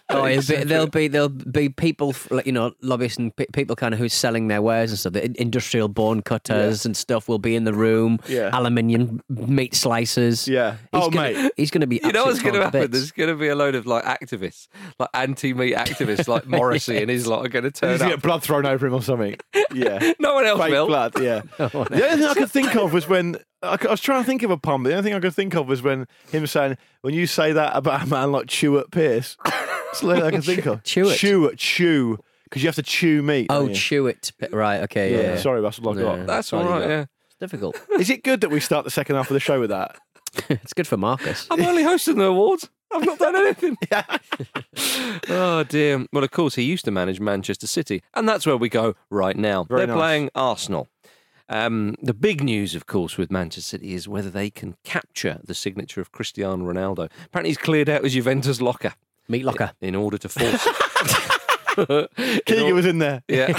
[SPEAKER 3] Oh, it'll be, there'll be there'll be people f- like, you know lobbyists and pe- people kind of who's selling their wares and stuff. The in- industrial bone cutters and stuff will be in the room.
[SPEAKER 2] Yeah.
[SPEAKER 3] Aluminium meat slicers.
[SPEAKER 2] Yeah.
[SPEAKER 3] He's
[SPEAKER 2] Oh,
[SPEAKER 3] gonna,
[SPEAKER 2] mate.
[SPEAKER 3] He's going to be.
[SPEAKER 1] You know what's
[SPEAKER 3] going to
[SPEAKER 1] happen?
[SPEAKER 3] Bits.
[SPEAKER 1] There's going to be a load of like activists, like anti-meat activists, like Morrissey and his lot are going to turn
[SPEAKER 2] He's
[SPEAKER 1] up.
[SPEAKER 2] get blood thrown over him or something. Yeah.
[SPEAKER 1] No one else
[SPEAKER 2] Fake
[SPEAKER 1] will.
[SPEAKER 2] blood. Yeah. the only thing I could think of was when I, c- I was trying to think of a pun. But the only thing I could think of was when him saying, "When you say that about a man like Chewett Pierce," it's the only thing I can think of.
[SPEAKER 3] Chewett.
[SPEAKER 2] Chewett. Chew. Because you have to chew meat.
[SPEAKER 3] Oh,
[SPEAKER 2] don't you?
[SPEAKER 3] chew it. Right. Okay. Yeah.
[SPEAKER 2] Yeah. Sorry, that's what I got.
[SPEAKER 3] Yeah.
[SPEAKER 1] That's
[SPEAKER 3] Sorry,
[SPEAKER 1] all right.
[SPEAKER 3] yeah.
[SPEAKER 1] Yeah.
[SPEAKER 3] It's difficult.
[SPEAKER 2] Is it good that we start the second half of the show with that?
[SPEAKER 3] it's good for Marcus.
[SPEAKER 1] I'm only hosting the awards. I've not done anything. oh dear. Well, of course, he used to manage Manchester City, and that's where we go right now.
[SPEAKER 2] Very
[SPEAKER 1] They're
[SPEAKER 2] nice.
[SPEAKER 1] playing Arsenal. Um, the big news, of course, with Manchester City is whether they can capture the signature of Cristiano Ronaldo. Apparently, he's cleared out his Juventus locker.
[SPEAKER 3] Meat locker.
[SPEAKER 1] In order to force.
[SPEAKER 2] Keegan was in there.
[SPEAKER 1] Yeah.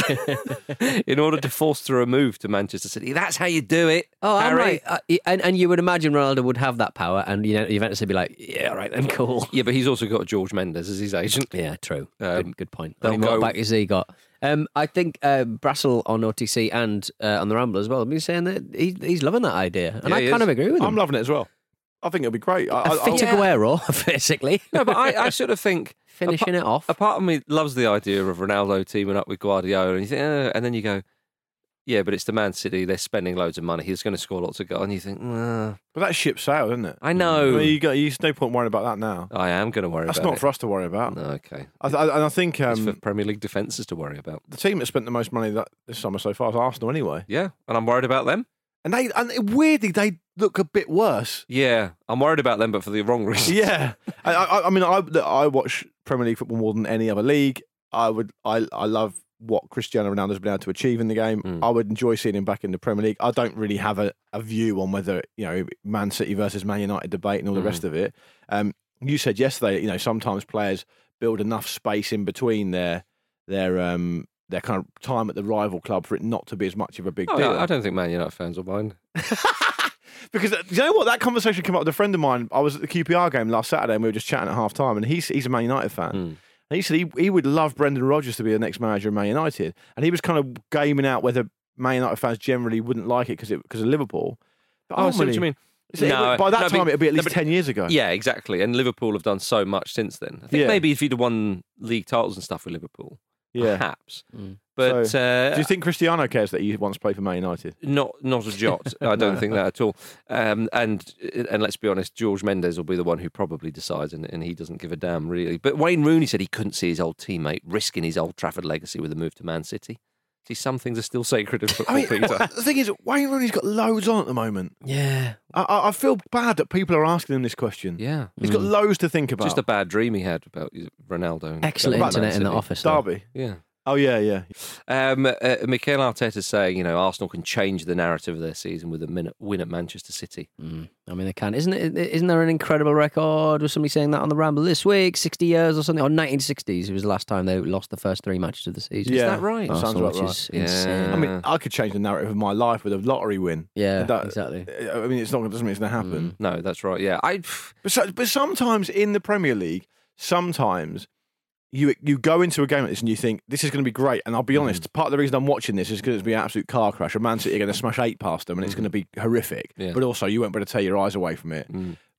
[SPEAKER 1] in order to force through a move to Manchester City. That's how you do it.
[SPEAKER 3] Oh,
[SPEAKER 1] Harry.
[SPEAKER 3] I'm right. Uh, y- and, and you would imagine Ronaldo would have that power, and you know, Juventus would be like, yeah, all right then, cool.
[SPEAKER 1] Yeah, but he's also got George Mendes as his agent.
[SPEAKER 3] Yeah, true.
[SPEAKER 1] Um,
[SPEAKER 3] good, good point.
[SPEAKER 1] they'll
[SPEAKER 3] I mean, what
[SPEAKER 1] go-
[SPEAKER 3] back has he got? Um, I think uh, Brassel on OTC and uh, on the Ramble as well have been saying that he, he's loving that idea, and
[SPEAKER 1] Yeah,
[SPEAKER 3] I
[SPEAKER 1] he
[SPEAKER 3] kind
[SPEAKER 1] is.
[SPEAKER 3] of agree with him.
[SPEAKER 2] I'm loving it as well. I think it'll be great. I,
[SPEAKER 3] a
[SPEAKER 2] I, I,
[SPEAKER 3] fit Aguero, basically.
[SPEAKER 1] No, but I, I sort of think
[SPEAKER 3] Finishing it off.
[SPEAKER 1] A part of me loves the idea of Ronaldo teaming up with Guardiola, and you think, "Eh," and then you go, yeah, but it's the Man City. They're spending loads of money. He's going to score lots of goals, and you think, "Nah,
[SPEAKER 2] but that ship sailed, isn't it?
[SPEAKER 1] I know.
[SPEAKER 2] Well, you got, you, there's no point worrying about that now.
[SPEAKER 1] I am going to worry
[SPEAKER 2] That's
[SPEAKER 1] about
[SPEAKER 2] not
[SPEAKER 1] it.
[SPEAKER 2] for us to worry about.
[SPEAKER 1] No, okay,
[SPEAKER 2] I th- I, and I think
[SPEAKER 1] it's for
[SPEAKER 2] um,
[SPEAKER 1] Premier League defences to worry about.
[SPEAKER 2] the team that spent the most money that this summer so far is Arsenal, anyway.
[SPEAKER 1] Yeah, and I'm worried about them.
[SPEAKER 2] And they and weirdly they look a bit worse.
[SPEAKER 1] Yeah, I'm worried about them, but for the wrong reason.
[SPEAKER 2] Yeah, I, I, I mean, I look, I watch Premier League football more than any other league. I would, I, I love what Cristiano Ronaldo's been able to achieve in the game.
[SPEAKER 1] Mm.
[SPEAKER 2] I would enjoy seeing him back in the Premier League. I don't really have a, a view on whether you know Man City versus Man United debate and all the
[SPEAKER 1] Mm.
[SPEAKER 2] rest of it. Um, you said yesterday, you know, sometimes players build enough space in between their their um their kind of time at the rival club for it not to be as much of a big
[SPEAKER 1] Oh,
[SPEAKER 2] deal
[SPEAKER 1] I- I don't think Man United fans will mind.
[SPEAKER 2] because uh, you know what that conversation came up with a friend of mine. I was at the QPR game last Saturday and we were just chatting at half time, and he's he's a Man United fan. And he said he, he would love Brendan Rodgers to be the next manager of Man United, and he was kind of gaming out whether Man United fans generally wouldn't like it because it because of Liverpool. But
[SPEAKER 1] Oh, I see what
[SPEAKER 2] ultimately-
[SPEAKER 1] you mean.
[SPEAKER 2] So it
[SPEAKER 1] No,
[SPEAKER 2] would- by that
[SPEAKER 1] no, but-
[SPEAKER 2] time it'd be at
[SPEAKER 1] no,
[SPEAKER 2] least
[SPEAKER 1] but-
[SPEAKER 2] ten years ago.
[SPEAKER 1] Yeah, exactly. And Liverpool have done so much since then. I think
[SPEAKER 2] Yeah.
[SPEAKER 1] maybe if you'd have won league titles and stuff with Liverpool,
[SPEAKER 2] yeah.
[SPEAKER 1] perhaps.
[SPEAKER 3] Mm.
[SPEAKER 1] But
[SPEAKER 2] So,
[SPEAKER 1] uh,
[SPEAKER 2] Do you think Cristiano cares that he once played for Man United?
[SPEAKER 1] not not a jot. I don't think that at all. Um, and and let's be honest, George Mendes will be the one who probably decides, and, and he doesn't give a damn really. But Wayne Rooney said he couldn't see his old teammate risking his old Trafford legacy with a move to Man City. See, some things are still sacred in football, Peter.
[SPEAKER 2] the thing is, Wayne Rooney's got loads on at the moment.
[SPEAKER 3] yeah.
[SPEAKER 2] I, I, I feel bad that people are asking him this question.
[SPEAKER 1] Yeah,
[SPEAKER 2] He's got loads to think about.
[SPEAKER 1] just a bad dream he had about Ronaldo. and-
[SPEAKER 3] Excellent
[SPEAKER 1] about Mm. Man
[SPEAKER 3] internet in the
[SPEAKER 1] City.
[SPEAKER 3] office. though.
[SPEAKER 2] Derby.
[SPEAKER 1] Yeah.
[SPEAKER 2] Oh yeah, yeah.
[SPEAKER 1] Um, uh, Mikel Arteta saying, you know, Arsenal can change the narrative of their season with a min- win at Manchester City.
[SPEAKER 3] Mm, I mean, they can. Isn't it? Isn't there an incredible record? Was somebody saying that on the Ramble this week? Sixty years or something, or nineteen sixties? It was the last time they lost the first three matches of the season.
[SPEAKER 2] Yeah.
[SPEAKER 1] Is that right?
[SPEAKER 2] Sounds
[SPEAKER 3] Arsenal,
[SPEAKER 2] about
[SPEAKER 3] which
[SPEAKER 2] right.
[SPEAKER 3] is
[SPEAKER 1] Yeah.
[SPEAKER 3] insane.
[SPEAKER 2] I mean, I could change the narrative of my life with a lottery win.
[SPEAKER 3] Yeah,
[SPEAKER 2] That-
[SPEAKER 3] exactly. Mm.
[SPEAKER 2] I mean, it's not doesn't mean it's going to happen.
[SPEAKER 1] No, that's right. Yeah, I.
[SPEAKER 2] But so, but sometimes in the Premier League, sometimes you you go into a game like this and you think this is going to be great. And I'll
[SPEAKER 3] Mm.
[SPEAKER 2] be honest, part of the reason I'm watching this is because it's going to be an absolute car crash. A Man City are going to smash eight past them, and it's
[SPEAKER 3] Mm.
[SPEAKER 2] going to be horrific.
[SPEAKER 1] Yeah.
[SPEAKER 2] But also, you won't be able to tear your eyes away from it.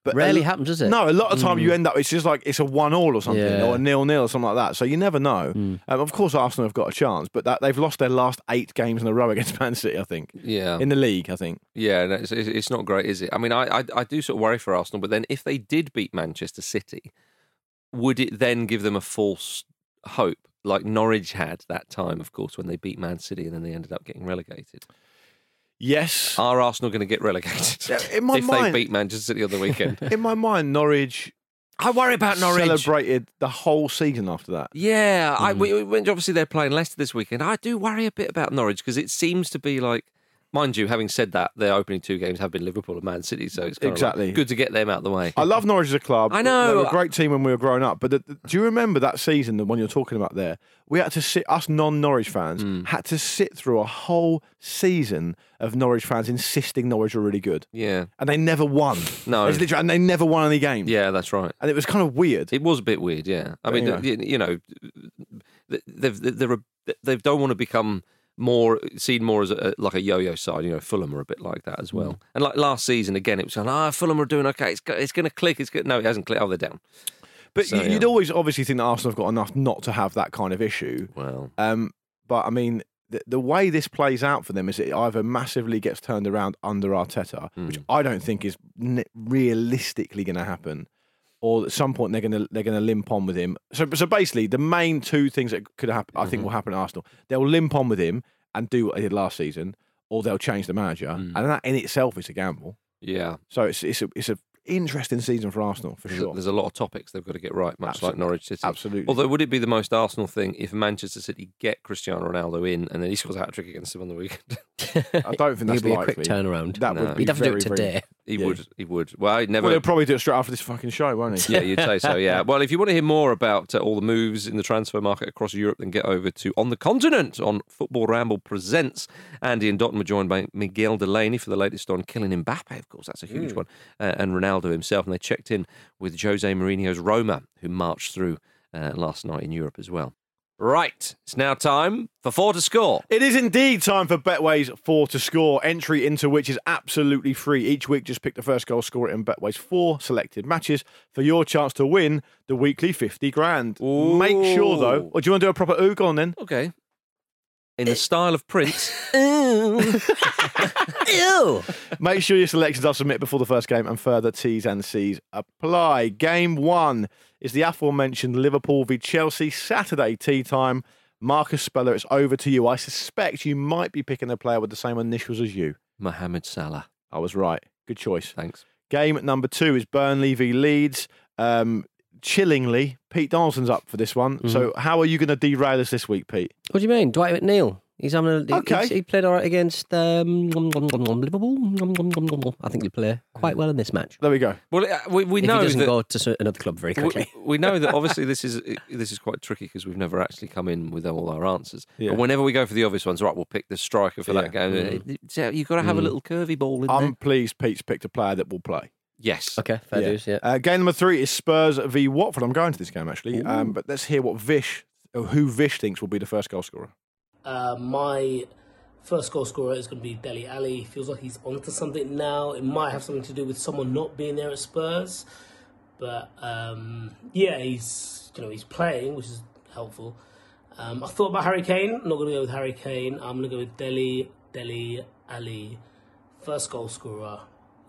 [SPEAKER 2] But
[SPEAKER 3] Mm. Rarely
[SPEAKER 2] a-
[SPEAKER 3] happens, does it?
[SPEAKER 2] uh, No, a lot of time
[SPEAKER 1] Mm.
[SPEAKER 2] you end up it's just like it's a one all or something,
[SPEAKER 3] Yeah.
[SPEAKER 2] or a nil nil or something like that. So you never know.
[SPEAKER 1] Mm.
[SPEAKER 2] Um, of course, Arsenal have got a chance, but that they've lost their last eight games in a row against Man City. I think
[SPEAKER 1] Yeah,
[SPEAKER 2] in the league, I think.
[SPEAKER 1] yeah, no, it's, it's it's not great, is it? I mean, I, I I do sort of worry for Arsenal, but then if they did beat Manchester City, would it then give them a false hope like Norwich had that time, of course, when they beat Man City and then they ended up getting relegated?
[SPEAKER 2] Yes.
[SPEAKER 1] Are Arsenal going to get relegated
[SPEAKER 2] Yeah, in my
[SPEAKER 1] if
[SPEAKER 2] mind-
[SPEAKER 1] they beat Manchester City on the weekend?
[SPEAKER 2] in my mind, Norwich
[SPEAKER 1] I worry about Norwich. Hmm.
[SPEAKER 2] celebrated the whole season after that.
[SPEAKER 1] Yeah, I, we, we, obviously they're playing Leicester this weekend. I do worry a bit about Norwich because it seems to be like, mind you, having said that, their opening two games have been Liverpool and Man City, so it's kind of
[SPEAKER 2] Exactly.
[SPEAKER 1] like good to get them out of the way.
[SPEAKER 2] I love Norwich as a club.
[SPEAKER 1] I know.
[SPEAKER 2] They were a great team when we were growing up. But the, the- do you remember that season, the one you're talking about there? We had to sit, us non Norwich fans,
[SPEAKER 1] Mm.
[SPEAKER 2] had to sit through a whole season of Norwich fans insisting Norwich were really good.
[SPEAKER 1] yeah,
[SPEAKER 2] And they never won.
[SPEAKER 1] No.
[SPEAKER 2] It's literally- and they never won any games.
[SPEAKER 1] yeah, that's right.
[SPEAKER 2] And it was kind of weird.
[SPEAKER 1] It was a bit weird, yeah. I mean,
[SPEAKER 2] anyway.
[SPEAKER 1] th- you know, th- they've they're a, they don't want to become more seen more as a, like a yo-yo side. You know, Fulham are a bit like that as well.
[SPEAKER 2] Mm.
[SPEAKER 1] And like last season, again, it was like, ah, Fulham are doing okay. It's go- it's going to click. It's good. No, it hasn't clicked. Oh, they're down.
[SPEAKER 2] But
[SPEAKER 1] So,
[SPEAKER 2] you- you'd
[SPEAKER 1] yeah.
[SPEAKER 2] always obviously think that Arsenal have got enough not to have that kind of issue.
[SPEAKER 1] Well,
[SPEAKER 2] Um, but I mean, the, the way this plays out for them is it either massively gets turned around under Arteta,
[SPEAKER 1] Hmm.
[SPEAKER 2] which I don't think is n- realistically going to happen, or at some point they're going to they're going to limp on with him. So so basically, the main two things that could happen, I
[SPEAKER 1] Mm-hmm.
[SPEAKER 2] think, will happen at Arsenal. They'll limp on with him and do what they did last
[SPEAKER 1] Mm.
[SPEAKER 2] season, or they'll change the manager, and that in itself is a gamble.
[SPEAKER 1] yeah.
[SPEAKER 2] So it's it's a it's a interesting season for Arsenal for
[SPEAKER 1] There's a-
[SPEAKER 2] sure.
[SPEAKER 1] There's a lot of topics they've got to get right, much like
[SPEAKER 2] Absolutely.
[SPEAKER 1] Norwich City.
[SPEAKER 2] Absolutely.
[SPEAKER 1] Although, would it be the most Arsenal thing if Manchester City get Cristiano Ronaldo in and then he scores a hat trick against him on the weekend?
[SPEAKER 2] I don't think that's
[SPEAKER 3] It'd be a
[SPEAKER 2] likely.
[SPEAKER 3] quick turnaround.
[SPEAKER 2] That
[SPEAKER 1] No.
[SPEAKER 2] would be
[SPEAKER 3] You'd have to do
[SPEAKER 2] very,
[SPEAKER 3] it
[SPEAKER 2] very-
[SPEAKER 3] today.
[SPEAKER 1] He
[SPEAKER 2] Yeah.
[SPEAKER 1] would. He would. Well, I never.
[SPEAKER 2] Well, he'll probably do it straight after this fucking show, won't he?
[SPEAKER 1] yeah, you'd say so. Yeah. Well, if you want to hear more about uh, all the moves in the transfer market across Europe, then get over to On the Continent on Football Ramble Presents. Andy and Dotton were joined by Miguel Delaney for the latest on killing Mbappe, of course, that's a huge one, uh, and Ronaldo himself. And they checked in with Jose Mourinho's Roma, who marched through uh, last night in Europe as well. Right. It's now time for four to score.
[SPEAKER 2] It is indeed time for Betway's four to score, entry into which is absolutely free. Each week, just pick the first goal scorer in Betway's four selected matches for your chance to win the weekly 50 grand. Make sure, though,
[SPEAKER 1] Ooh.
[SPEAKER 2] or do you want to do a proper ooh? Go on then.
[SPEAKER 1] Okay. In the style of Prince.
[SPEAKER 3] Ew.
[SPEAKER 2] Make sure your selections are submitted before the first game and further T's and C's apply. Game one is the aforementioned Liverpool v Chelsea Saturday tea time. Marcus Speller, it's over to you. I suspect you might be picking a player with the same initials as you.
[SPEAKER 1] Mohamed Salah.
[SPEAKER 2] I was right. Good choice.
[SPEAKER 1] Thanks.
[SPEAKER 2] Game number two is Burnley v Leeds. Um, chillingly, Pete Donaldson's up for this one. So, how are you going to derail us this week, Pete?
[SPEAKER 3] What do you mean, Dwight McNeil? He's having a, he-
[SPEAKER 2] Okay.
[SPEAKER 3] he's- He played all right against um, Liverpool. I think he'll play quite well in this match.
[SPEAKER 2] There we go.
[SPEAKER 1] Well, uh, we, we
[SPEAKER 3] if
[SPEAKER 1] know
[SPEAKER 3] he doesn't
[SPEAKER 1] that.
[SPEAKER 3] go to s- another club very
[SPEAKER 1] we,
[SPEAKER 3] quickly.
[SPEAKER 1] we know that obviously this is this is quite tricky because we've never actually come in with all our answers.
[SPEAKER 2] Yeah.
[SPEAKER 1] But whenever we go for the obvious ones, right, we'll pick the striker for that
[SPEAKER 2] Yeah. Mm.
[SPEAKER 1] game. So you've got to have a little curvy ball in
[SPEAKER 2] I'm
[SPEAKER 1] there.
[SPEAKER 2] pleased Pete's picked a player that will play.
[SPEAKER 1] Yes.
[SPEAKER 3] okay, fair dues, yeah.
[SPEAKER 2] Uh, game number three is Spurs v Watford. I'm going to this game actually, um, but let's hear what Vish, or who Vish thinks will be the first goal scorer.
[SPEAKER 8] Uh, my first goal scorer is going to be Deli Ali. Feels like he's onto something now. It might have something to do with someone not being there at Spurs, but um, yeah, he's you know he's playing, which is helpful. Um, I thought about Harry Kane. I'm not going to go with Harry Kane. I'm going to go with Deli Deli Ali, first goal scorer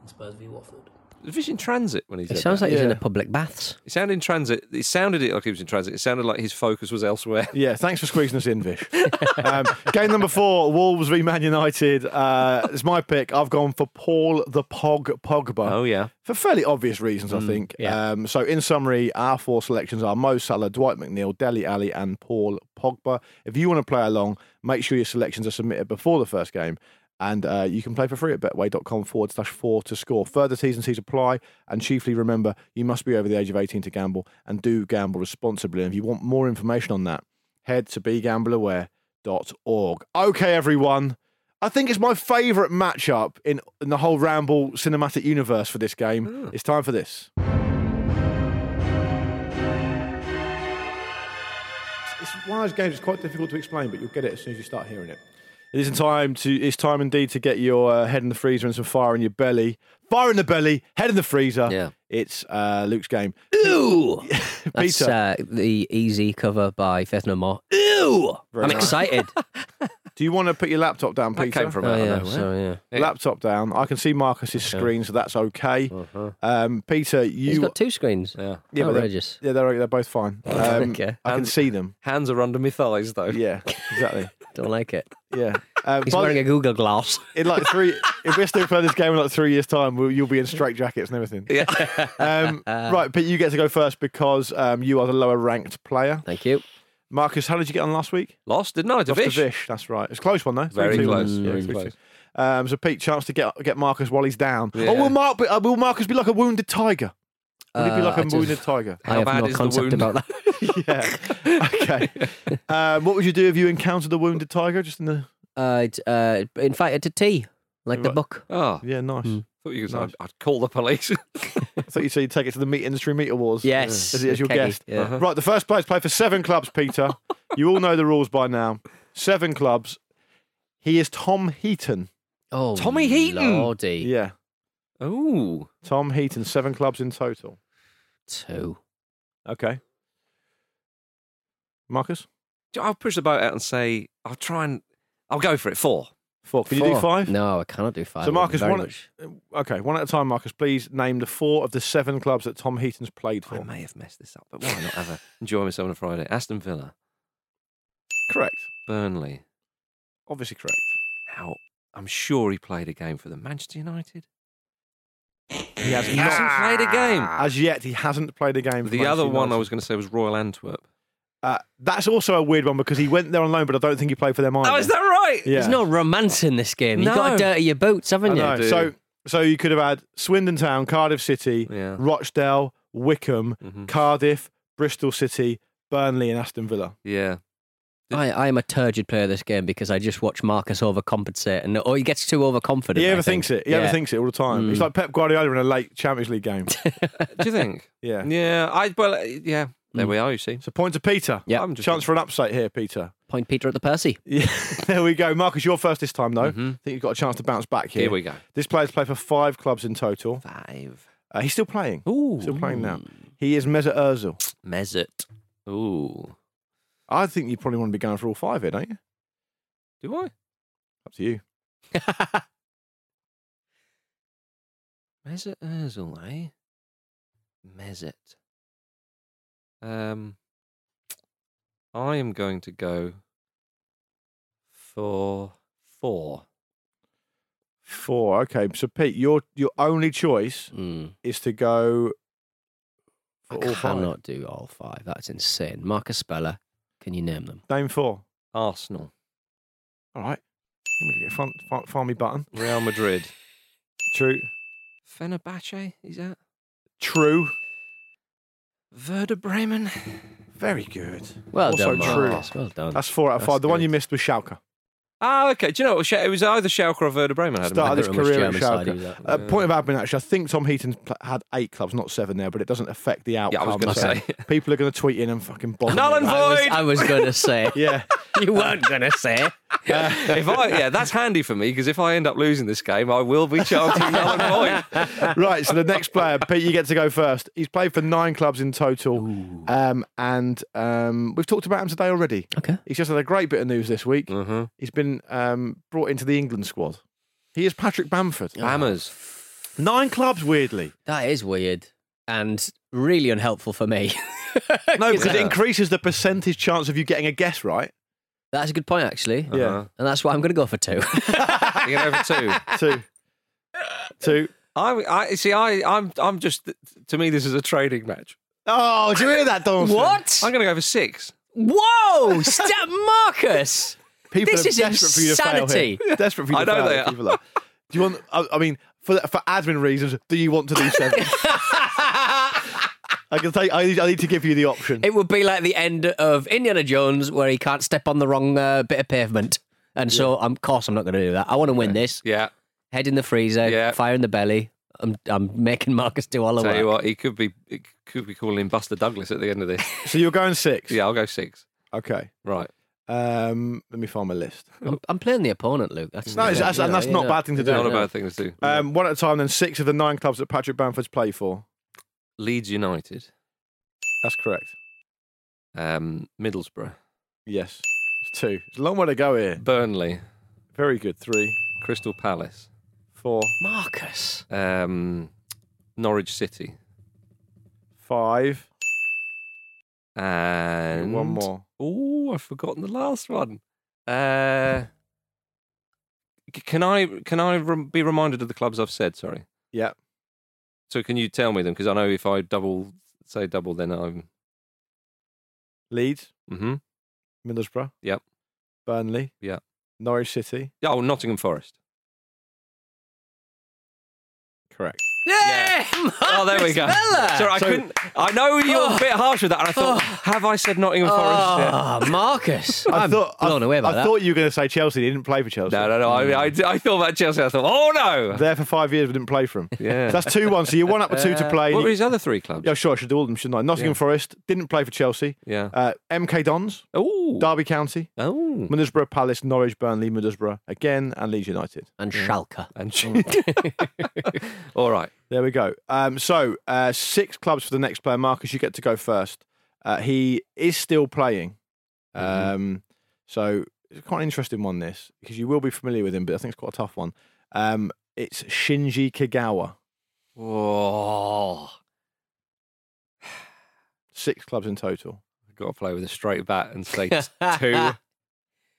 [SPEAKER 8] in Spurs v Watford.
[SPEAKER 1] The fish in transit when he said
[SPEAKER 3] It sounds
[SPEAKER 1] that.
[SPEAKER 3] like he's in the public baths.
[SPEAKER 1] It sounded in transit. It sounded it like he was in transit. It sounded like his focus was elsewhere.
[SPEAKER 2] Yeah, thanks for squeezing us in, Vish. um, game number four, Wolves v Man United. Uh, it's my pick. I've gone for Paul the Pog Pogba.
[SPEAKER 1] Oh, yeah.
[SPEAKER 2] for fairly obvious reasons, I think.
[SPEAKER 3] yeah.
[SPEAKER 2] Um, so, in summary, our four selections are Mo Salah, Dwight McNeil, Deli Ali, and Paul Pogba. If you want to play along, make sure your selections are submitted before the first game. And uh, you can play for free at betway.com forward slash four to score. Further T's and C's apply. And chiefly remember, you must be over the age of 18 to gamble and do gamble responsibly. And if you want more information on that, head to begambleaware.org. Okay, everyone. I think it's my favourite matchup in, in the whole Ramble cinematic universe for this game. It's time for this. It's one of those games that's quite difficult to explain, but you'll get it as soon as you start hearing it. It isn't time to. It's time indeed to get your uh, head in the freezer and some fire in your belly. Fire in the belly, head in the freezer.
[SPEAKER 1] Yeah.
[SPEAKER 2] it's uh, Luke's game.
[SPEAKER 3] Ew! That's
[SPEAKER 2] Peter,
[SPEAKER 3] uh, the easy cover by Faith No More. Ew!
[SPEAKER 2] Very
[SPEAKER 3] I'm
[SPEAKER 2] nice.
[SPEAKER 3] excited.
[SPEAKER 2] do you want to put your laptop down,
[SPEAKER 1] That
[SPEAKER 2] Peter?
[SPEAKER 1] came from
[SPEAKER 3] oh,
[SPEAKER 1] out of
[SPEAKER 3] yeah,
[SPEAKER 1] nowhere.
[SPEAKER 3] so, yeah.
[SPEAKER 1] Yeah. Uh-huh.
[SPEAKER 2] Laptop down. I can see Marcus's screen, so that's okay. Um, Peter,
[SPEAKER 3] He's
[SPEAKER 2] you
[SPEAKER 3] got two screens.
[SPEAKER 1] Yeah.
[SPEAKER 2] Yeah, but they're-
[SPEAKER 3] Outrageous.
[SPEAKER 2] Yeah, they're they're both fine. Um,
[SPEAKER 3] Okay.
[SPEAKER 2] I can see them.
[SPEAKER 1] Hands are under my thighs though.
[SPEAKER 2] Yeah, exactly.
[SPEAKER 3] Don't like it.
[SPEAKER 2] Yeah. Um,
[SPEAKER 3] He's wearing a Google Glass.
[SPEAKER 2] in like three. if we're still playing this game in like three years' time, we'll, you'll be in straight jackets and everything.
[SPEAKER 1] Yeah.
[SPEAKER 2] Um, right, but you get to go first because um, you are the lower ranked player.
[SPEAKER 3] Thank you.
[SPEAKER 2] Marcus, how did you get on last week?
[SPEAKER 1] Lost, didn't I? To
[SPEAKER 2] Lost to
[SPEAKER 1] Vish.
[SPEAKER 2] Vish. That's right. It's a close one though.
[SPEAKER 1] Very
[SPEAKER 2] 3-2.
[SPEAKER 1] close,
[SPEAKER 2] Yeah,
[SPEAKER 1] very
[SPEAKER 2] 3-2.
[SPEAKER 1] close.
[SPEAKER 2] Um, so Pete, chance to get get Marcus while he's down.
[SPEAKER 1] Yeah.
[SPEAKER 2] Oh, will Mark? Be, uh, will Marcus be like a wounded tiger? Will he be
[SPEAKER 3] Uh,
[SPEAKER 2] like a
[SPEAKER 3] I just-
[SPEAKER 2] wounded tiger?
[SPEAKER 1] How
[SPEAKER 3] I have
[SPEAKER 1] bad
[SPEAKER 3] no
[SPEAKER 1] is the
[SPEAKER 3] concept
[SPEAKER 1] wound?
[SPEAKER 3] about that.
[SPEAKER 2] yeah. Okay. Um, what would you do if you encountered a wounded tiger? Just in the
[SPEAKER 3] Uh, it- uh, invited to tea, like the
[SPEAKER 2] Right.
[SPEAKER 3] book.
[SPEAKER 1] Oh,
[SPEAKER 2] yeah, nice.
[SPEAKER 3] Hmm.
[SPEAKER 1] thought you could say,
[SPEAKER 2] Nice.
[SPEAKER 1] I'd, I'd call the police.
[SPEAKER 2] I thought you said you'd take it to the meat industry meat awards.
[SPEAKER 3] Yes,
[SPEAKER 2] as, as your
[SPEAKER 3] Keggy,
[SPEAKER 2] guest.
[SPEAKER 3] yeah. Uh-huh.
[SPEAKER 2] Right, the first players play for seven clubs. Peter, you all know the rules by now. Seven clubs. He is Tom Heaton.
[SPEAKER 3] Oh,
[SPEAKER 1] Tommy Heaton.
[SPEAKER 3] Lordy.
[SPEAKER 2] Yeah,
[SPEAKER 1] Ooh.
[SPEAKER 2] Tom Heaton. Seven clubs in total.
[SPEAKER 3] Two.
[SPEAKER 2] Okay. Marcus,
[SPEAKER 1] I'll push the boat out and say, I'll try and, I'll go for it. Four.
[SPEAKER 2] four. Can you do
[SPEAKER 3] Four.
[SPEAKER 2] five?
[SPEAKER 3] No, I cannot do five.
[SPEAKER 2] So Marcus,
[SPEAKER 3] very
[SPEAKER 2] one
[SPEAKER 3] much.
[SPEAKER 2] okay, one at a time. Marcus, please name the four of the seven clubs that Tom Heaton's played
[SPEAKER 1] I
[SPEAKER 2] for.
[SPEAKER 1] may have messed this up, but why not have a enjoy myself on a Friday? Aston Villa,
[SPEAKER 2] Correct.
[SPEAKER 1] Burnley.
[SPEAKER 2] Obviously correct.
[SPEAKER 1] Now, I'm sure he played a game for them. Manchester United.
[SPEAKER 2] He has
[SPEAKER 1] He hasn't
[SPEAKER 2] not-
[SPEAKER 1] played a game.
[SPEAKER 2] As yet, he hasn't played a game. for
[SPEAKER 1] The
[SPEAKER 2] Manchester
[SPEAKER 1] other one I
[SPEAKER 2] United.
[SPEAKER 1] was going to say was Royal Antwerp.
[SPEAKER 2] Uh, that's also a weird one because he went there on loan, but I don't think he played for them
[SPEAKER 1] Oh,
[SPEAKER 2] either.
[SPEAKER 1] right?
[SPEAKER 2] Yeah.
[SPEAKER 3] There's no romance in this game. You've got
[SPEAKER 2] No.
[SPEAKER 3] to dirty your boots,
[SPEAKER 2] I
[SPEAKER 3] haven't you?
[SPEAKER 2] know. So, so you could have had Swindon Town, Cardiff City, Rochdale, Wickham,
[SPEAKER 1] Mm-hmm.
[SPEAKER 2] Cardiff, Bristol City, Burnley, and Aston Villa.
[SPEAKER 1] Yeah.
[SPEAKER 3] I, I am a turgid player of this game because I just watch Marcus overcompensate and or he gets too overconfident.
[SPEAKER 2] He
[SPEAKER 3] I
[SPEAKER 2] ever
[SPEAKER 3] think.
[SPEAKER 2] thinks it. He ever thinks it all the time. It's
[SPEAKER 3] Mm.
[SPEAKER 2] like Pep Guardiola in a late Champions League game.
[SPEAKER 1] Do you think?
[SPEAKER 2] yeah.
[SPEAKER 1] Yeah. I well, uh, yeah. There we are. You see.
[SPEAKER 2] So point to Peter.
[SPEAKER 3] Yeah.
[SPEAKER 2] Chance for an upset here, Peter.
[SPEAKER 3] Point Peter at the Percy.
[SPEAKER 2] Yeah, there we go. Marcus, you're first this time, though. I think you've got a chance to bounce back here.
[SPEAKER 1] Mm-hmm. Here we go.
[SPEAKER 2] This player's played for five clubs in total.
[SPEAKER 1] Five.
[SPEAKER 2] Uh, he's still playing.
[SPEAKER 1] Ooh.
[SPEAKER 2] Still playing now. He is Mesut Ozil.
[SPEAKER 1] Mesut. Ooh.
[SPEAKER 2] I think you probably want to be going for all five here, don't you?
[SPEAKER 1] Do I?
[SPEAKER 2] Up to you.
[SPEAKER 1] Mesut Ozil, eh? Mesut. Um, I am going to go for four.
[SPEAKER 2] Four. Okay. So Pete, your your only choice
[SPEAKER 3] Mm.
[SPEAKER 2] is to go
[SPEAKER 3] I
[SPEAKER 2] for all
[SPEAKER 3] cannot do all five. That's insane. Marcus Speller, can you name them?
[SPEAKER 2] five. Name four.
[SPEAKER 1] Arsenal,
[SPEAKER 2] All right. Let me get find, find, find me button.
[SPEAKER 1] Real Madrid,
[SPEAKER 2] True.
[SPEAKER 1] Fenerbahce. Is that
[SPEAKER 2] True.
[SPEAKER 1] Werder Bremen?
[SPEAKER 2] Very good.
[SPEAKER 3] Well
[SPEAKER 2] also
[SPEAKER 3] done,
[SPEAKER 2] true.
[SPEAKER 3] Marcus. Well done.
[SPEAKER 2] That's four out of five.
[SPEAKER 3] That's
[SPEAKER 2] the one
[SPEAKER 3] good.
[SPEAKER 2] you missed was Schalke.
[SPEAKER 1] Ah, okay. Do you know what? It was either Schalke or Werder Bremen. Had
[SPEAKER 2] Started his
[SPEAKER 3] remember it
[SPEAKER 2] career at
[SPEAKER 3] was German side he was
[SPEAKER 2] Schalke.
[SPEAKER 3] at.
[SPEAKER 2] Uh, point of admin, actually, I think Tom Heaton pl- had eight clubs, not seven there, but it doesn't affect the outcome.
[SPEAKER 1] Yeah, I was gonna
[SPEAKER 2] so
[SPEAKER 1] say.
[SPEAKER 2] people are going to tweet in and fucking bomb.
[SPEAKER 1] Null
[SPEAKER 2] me.
[SPEAKER 1] and
[SPEAKER 3] I was,
[SPEAKER 1] void.
[SPEAKER 3] I was going to say.
[SPEAKER 2] Yeah.
[SPEAKER 3] You weren't going to say.
[SPEAKER 1] if I yeah, that's handy for me because if I end up losing this game, I will be chanting null and void.
[SPEAKER 2] right, so the next player, Pete, you get to go first. He's played for nine clubs in total, um, and um, we've talked about him today already.
[SPEAKER 3] Okay.
[SPEAKER 2] He's just had a great bit of news this week.
[SPEAKER 1] Mm-hmm.
[SPEAKER 2] He's been um, brought into the England squad. He is Patrick Bamford.
[SPEAKER 1] Hammers.
[SPEAKER 2] Nine clubs, weirdly.
[SPEAKER 3] That is weird and really unhelpful for me.
[SPEAKER 2] No, because it
[SPEAKER 1] Yeah.
[SPEAKER 2] increases the percentage chance of you getting a guess right.
[SPEAKER 3] That's a good point, actually.
[SPEAKER 1] Uh-huh.
[SPEAKER 2] Yeah.
[SPEAKER 3] And that's why I'm going to go for two.
[SPEAKER 1] You can have two.
[SPEAKER 2] Two. Two.
[SPEAKER 1] I, I see. I, I'm, I'm just. To me, this is a trading match.
[SPEAKER 2] Oh, do you hear that, Donaldson?
[SPEAKER 3] what?
[SPEAKER 1] I'm going to go for six.
[SPEAKER 3] Whoa! Step Marcus!
[SPEAKER 2] People
[SPEAKER 3] This
[SPEAKER 2] are
[SPEAKER 3] is
[SPEAKER 2] desperate for you to fail here.
[SPEAKER 3] insanity.
[SPEAKER 2] Desperate for you
[SPEAKER 1] I
[SPEAKER 2] to
[SPEAKER 1] know
[SPEAKER 2] fail.
[SPEAKER 1] they
[SPEAKER 2] here,
[SPEAKER 1] are.
[SPEAKER 2] people are. Do you want? I, I mean, for for admin reasons, do you want to do seven? I can tell you, I need, I need to give you the option.
[SPEAKER 3] It would be like the end of Indiana Jones where he can't step on the wrong uh, bit of pavement. And so, I'm, of course, I'm not going to do that. I want to win this.
[SPEAKER 1] Yeah.
[SPEAKER 3] Head in the freezer,
[SPEAKER 1] Yeah.
[SPEAKER 3] fire in the belly. I'm, I'm making Marcus do all the
[SPEAKER 1] Tell you
[SPEAKER 3] work.
[SPEAKER 1] what, he could be. It could be calling him Buster Douglas at the end of this.
[SPEAKER 2] So you're going six.
[SPEAKER 1] yeah, I'll go six.
[SPEAKER 2] Okay.
[SPEAKER 1] Right.
[SPEAKER 2] Um, let me find my list.
[SPEAKER 3] I'm, I'm playing the opponent, Luke. That's
[SPEAKER 2] No, it's- that's- and that's not a bad thing to do.
[SPEAKER 1] Not a
[SPEAKER 2] Yeah.
[SPEAKER 1] bad thing to do.
[SPEAKER 2] Um, one at a time. Then six of the nine clubs that Patrick Bamford's played for.
[SPEAKER 1] Leeds United,
[SPEAKER 2] That's correct.
[SPEAKER 1] um, Middlesbrough,
[SPEAKER 2] Yes. It's two. It's a long way to go here.
[SPEAKER 1] Burnley,
[SPEAKER 2] Very good. Three,
[SPEAKER 1] Crystal Palace,
[SPEAKER 2] four,
[SPEAKER 3] Marcus.
[SPEAKER 1] um, Norwich City,
[SPEAKER 2] five.
[SPEAKER 1] and
[SPEAKER 2] One more.
[SPEAKER 1] Oh, I've forgotten the last one. Uh, c- can I can I rem- be reminded of the clubs I've said? Sorry.
[SPEAKER 2] Yeah.
[SPEAKER 1] So can you tell me them? Because I know if I double say double, then I'm.
[SPEAKER 2] Leeds,
[SPEAKER 1] Mm-hmm.
[SPEAKER 2] Middlesbrough,
[SPEAKER 1] Yep.
[SPEAKER 2] Burnley,
[SPEAKER 1] Yeah.
[SPEAKER 2] Norwich City.
[SPEAKER 1] Oh, Nottingham Forest.
[SPEAKER 2] Correct.
[SPEAKER 3] Yeah!
[SPEAKER 1] Oh, there we go.
[SPEAKER 3] Marcus
[SPEAKER 1] Sorry, I
[SPEAKER 2] So-
[SPEAKER 1] couldn't. I know you're a
[SPEAKER 3] Ah, Oh.
[SPEAKER 1] bit harsh with that, and I thought,
[SPEAKER 3] Oh.
[SPEAKER 1] have I said Nottingham Forest?
[SPEAKER 3] Oh, Marcus. I'm blown
[SPEAKER 2] I,
[SPEAKER 3] away by
[SPEAKER 2] I
[SPEAKER 3] that.
[SPEAKER 2] thought you were going to say Chelsea. He didn't play for Chelsea.
[SPEAKER 1] No, no, no. I, I, I thought about Chelsea. I thought, oh no.
[SPEAKER 2] There for five years, but didn't play for him.
[SPEAKER 1] Yeah. Uh,
[SPEAKER 2] So that's two one. So you're one up with two to play.
[SPEAKER 1] What were
[SPEAKER 2] and you-
[SPEAKER 1] his other three clubs?
[SPEAKER 2] yeah, sure. I should do all of them, shouldn't I? Nottingham
[SPEAKER 1] Yeah.
[SPEAKER 2] Forest didn't play for Chelsea.
[SPEAKER 1] Yeah.
[SPEAKER 2] Uh, MK Dons,
[SPEAKER 1] oh.
[SPEAKER 2] Derby County,
[SPEAKER 1] Oh.
[SPEAKER 2] Middlesbrough Palace, Norwich, Burnley, Middlesbrough again, and Leeds United.
[SPEAKER 3] and Schalke.
[SPEAKER 1] And All right.
[SPEAKER 2] There we go. Um, so uh, six clubs for the next player, Marcus. You get to go first. Uh, he is still playing, um, so it's quite an interesting one. This because you will be familiar with him, but I think it's quite a tough one. Um, it's Shinji Kagawa.
[SPEAKER 1] Oh.
[SPEAKER 2] Six clubs in total.
[SPEAKER 1] I've got to play with a straight bat and say two.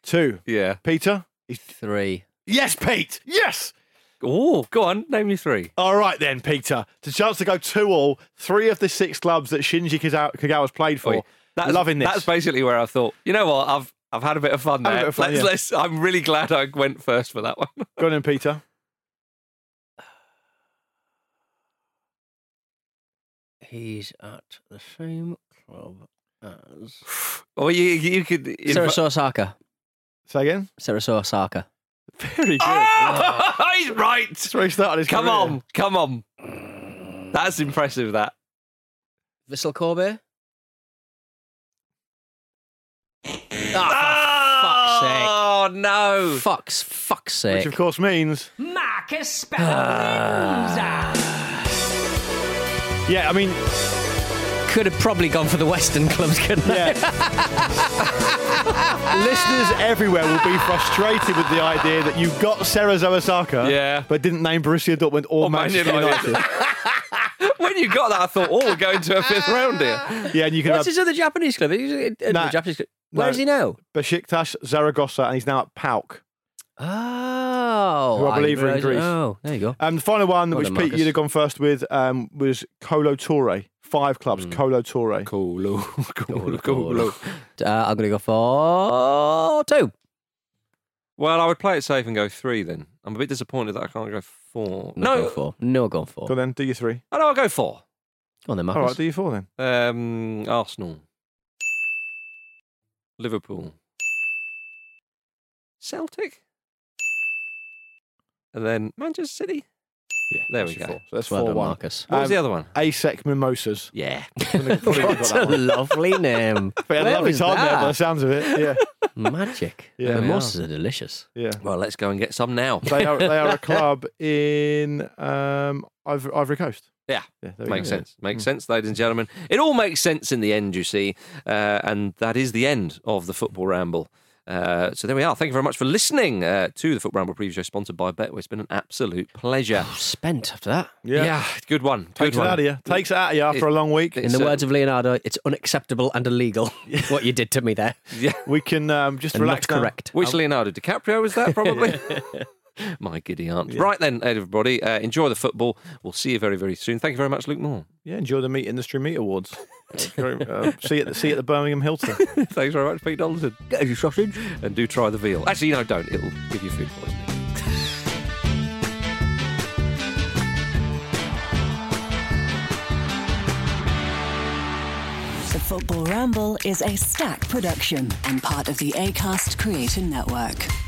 [SPEAKER 2] Two.
[SPEAKER 1] Yeah.
[SPEAKER 2] Peter.
[SPEAKER 3] Three.
[SPEAKER 2] Yes, Pete. Yes.
[SPEAKER 1] Oh, go on, name your three.
[SPEAKER 2] All right then, Peter. The chance to go two all, three of the six clubs that Shinji Kaza- Kagawa's played for.
[SPEAKER 1] Oi, that's-
[SPEAKER 2] Loving this.
[SPEAKER 1] That's basically where I thought. You know what? I've I've had a bit of fun
[SPEAKER 2] Had a
[SPEAKER 1] there.
[SPEAKER 2] bit of fun,
[SPEAKER 1] let's,
[SPEAKER 2] yeah.
[SPEAKER 1] let's, I'm really glad I went first for that one.
[SPEAKER 2] Go on in, Peter.
[SPEAKER 3] He's at the same club as
[SPEAKER 1] Or you you could you know-
[SPEAKER 3] Sarah Osaka.
[SPEAKER 2] Say again.
[SPEAKER 3] Sarah Osaka.
[SPEAKER 2] Very good.
[SPEAKER 1] He's right. That's
[SPEAKER 2] where he started his
[SPEAKER 1] Come
[SPEAKER 2] career.
[SPEAKER 1] on, come on. That's impressive. That
[SPEAKER 3] Vissel Kobe.
[SPEAKER 1] Oh, no.
[SPEAKER 3] Ah, Fuck's fuck's
[SPEAKER 2] Which
[SPEAKER 3] sake.
[SPEAKER 2] of course means
[SPEAKER 7] Marcus
[SPEAKER 3] Ah.
[SPEAKER 7] Spelling.
[SPEAKER 2] Yeah, I mean
[SPEAKER 3] Could have probably gone for the Western clubs, couldn't
[SPEAKER 2] Yeah. Listeners everywhere will be frustrated with the idea that you got Sarah Zawasaka,
[SPEAKER 1] Yeah.
[SPEAKER 2] but didn't name Borussia Dortmund or,
[SPEAKER 1] Or
[SPEAKER 2] Manchester
[SPEAKER 1] Man United.
[SPEAKER 2] United.
[SPEAKER 1] when you got that, I thought, oh, we're going to a fifth round here.
[SPEAKER 2] yeah, and you can have
[SPEAKER 3] What's his other Japanese club? He's in- in
[SPEAKER 2] Nah.
[SPEAKER 3] the Japanese club.
[SPEAKER 2] No.
[SPEAKER 3] Where is he now?
[SPEAKER 2] Besiktas, Zaragoza, and he's now at Pauk.
[SPEAKER 3] Oh,
[SPEAKER 2] Who I believe are in
[SPEAKER 3] realise-
[SPEAKER 2] Greece.
[SPEAKER 3] Oh, there you go.
[SPEAKER 2] Um, the final one,
[SPEAKER 3] Well
[SPEAKER 2] which
[SPEAKER 3] done,
[SPEAKER 2] Pete
[SPEAKER 3] Marcus.
[SPEAKER 2] you'd have gone first with, um, was Colo Torre. Five clubs, Colo Torre.
[SPEAKER 1] Cool,
[SPEAKER 2] Oh,
[SPEAKER 1] cool,
[SPEAKER 3] Cool. Uh, I'm going to go for two.
[SPEAKER 1] Well, I would play it safe and go three then. I'm a bit disappointed that I can't go four.
[SPEAKER 3] No,
[SPEAKER 1] No,
[SPEAKER 3] going for. No, going for.
[SPEAKER 2] Go then, do your three.
[SPEAKER 1] I know I'll go four.
[SPEAKER 3] Go on then,
[SPEAKER 2] All right,
[SPEAKER 3] Marcus.
[SPEAKER 2] do your four then.
[SPEAKER 1] Um, Arsenal, Liverpool, Celtic, and then Manchester City.
[SPEAKER 2] Yeah,
[SPEAKER 1] There
[SPEAKER 2] that's
[SPEAKER 1] we
[SPEAKER 2] your
[SPEAKER 1] go.
[SPEAKER 2] Four. So that's
[SPEAKER 3] well
[SPEAKER 2] four
[SPEAKER 3] done,
[SPEAKER 2] one.
[SPEAKER 3] Marcus.
[SPEAKER 1] What was
[SPEAKER 2] Um,
[SPEAKER 1] the other one?
[SPEAKER 2] ASEC Mimosas.
[SPEAKER 1] Yeah.
[SPEAKER 3] What a lovely name.
[SPEAKER 2] But yeah,
[SPEAKER 3] Where
[SPEAKER 2] lovely
[SPEAKER 3] was
[SPEAKER 2] time there
[SPEAKER 3] that?
[SPEAKER 2] by the sounds of it. Yeah,
[SPEAKER 3] Magic.
[SPEAKER 2] Yeah.
[SPEAKER 3] the
[SPEAKER 2] They
[SPEAKER 3] mosses are delicious.
[SPEAKER 2] yeah.
[SPEAKER 1] Well, let's go and get some now.
[SPEAKER 2] They are they are a club in um, Ivory, Ivory Coast.
[SPEAKER 1] Yeah.
[SPEAKER 2] yeah there we
[SPEAKER 1] Makes
[SPEAKER 2] go. Hmm.
[SPEAKER 1] sense. Makes sense, ladies and gentlemen. It all makes sense in the end, you see. Uh, and that is the end of the Football Ramble. Uh, so there we are. Thank you very much for listening uh, to the Football Ramble preview show sponsored by Betway. It's been an absolute pleasure.
[SPEAKER 3] Spent after that.
[SPEAKER 2] Yeah.
[SPEAKER 1] good one. Good
[SPEAKER 2] Takes it
[SPEAKER 1] one.
[SPEAKER 2] out of you. Takes it out of you after
[SPEAKER 1] It-
[SPEAKER 2] a long week.
[SPEAKER 3] In
[SPEAKER 1] It's,
[SPEAKER 3] the
[SPEAKER 1] uh,
[SPEAKER 3] words of Leonardo, it's unacceptable and illegal what you did to me there.
[SPEAKER 2] We can um, just
[SPEAKER 3] And
[SPEAKER 2] relax.
[SPEAKER 3] not
[SPEAKER 2] now.
[SPEAKER 3] correct.
[SPEAKER 1] Which Leonardo DiCaprio was that, probably? My giddy aunt. Right then, everybody, uh, enjoy the football. We'll see you very, very soon. Thank you very much, Luke Moore.
[SPEAKER 2] Yeah, enjoy the Meat Industry Meat Awards. uh, see you at the see you at the Birmingham Hilton.
[SPEAKER 1] Thanks very much, Pete Donaldson. Get your sausage. And do try the veal. Actually, no, don't. It'll give you food poisoning.
[SPEAKER 9] The Football Ramble is a stack production and part of the ACAST Creator Network.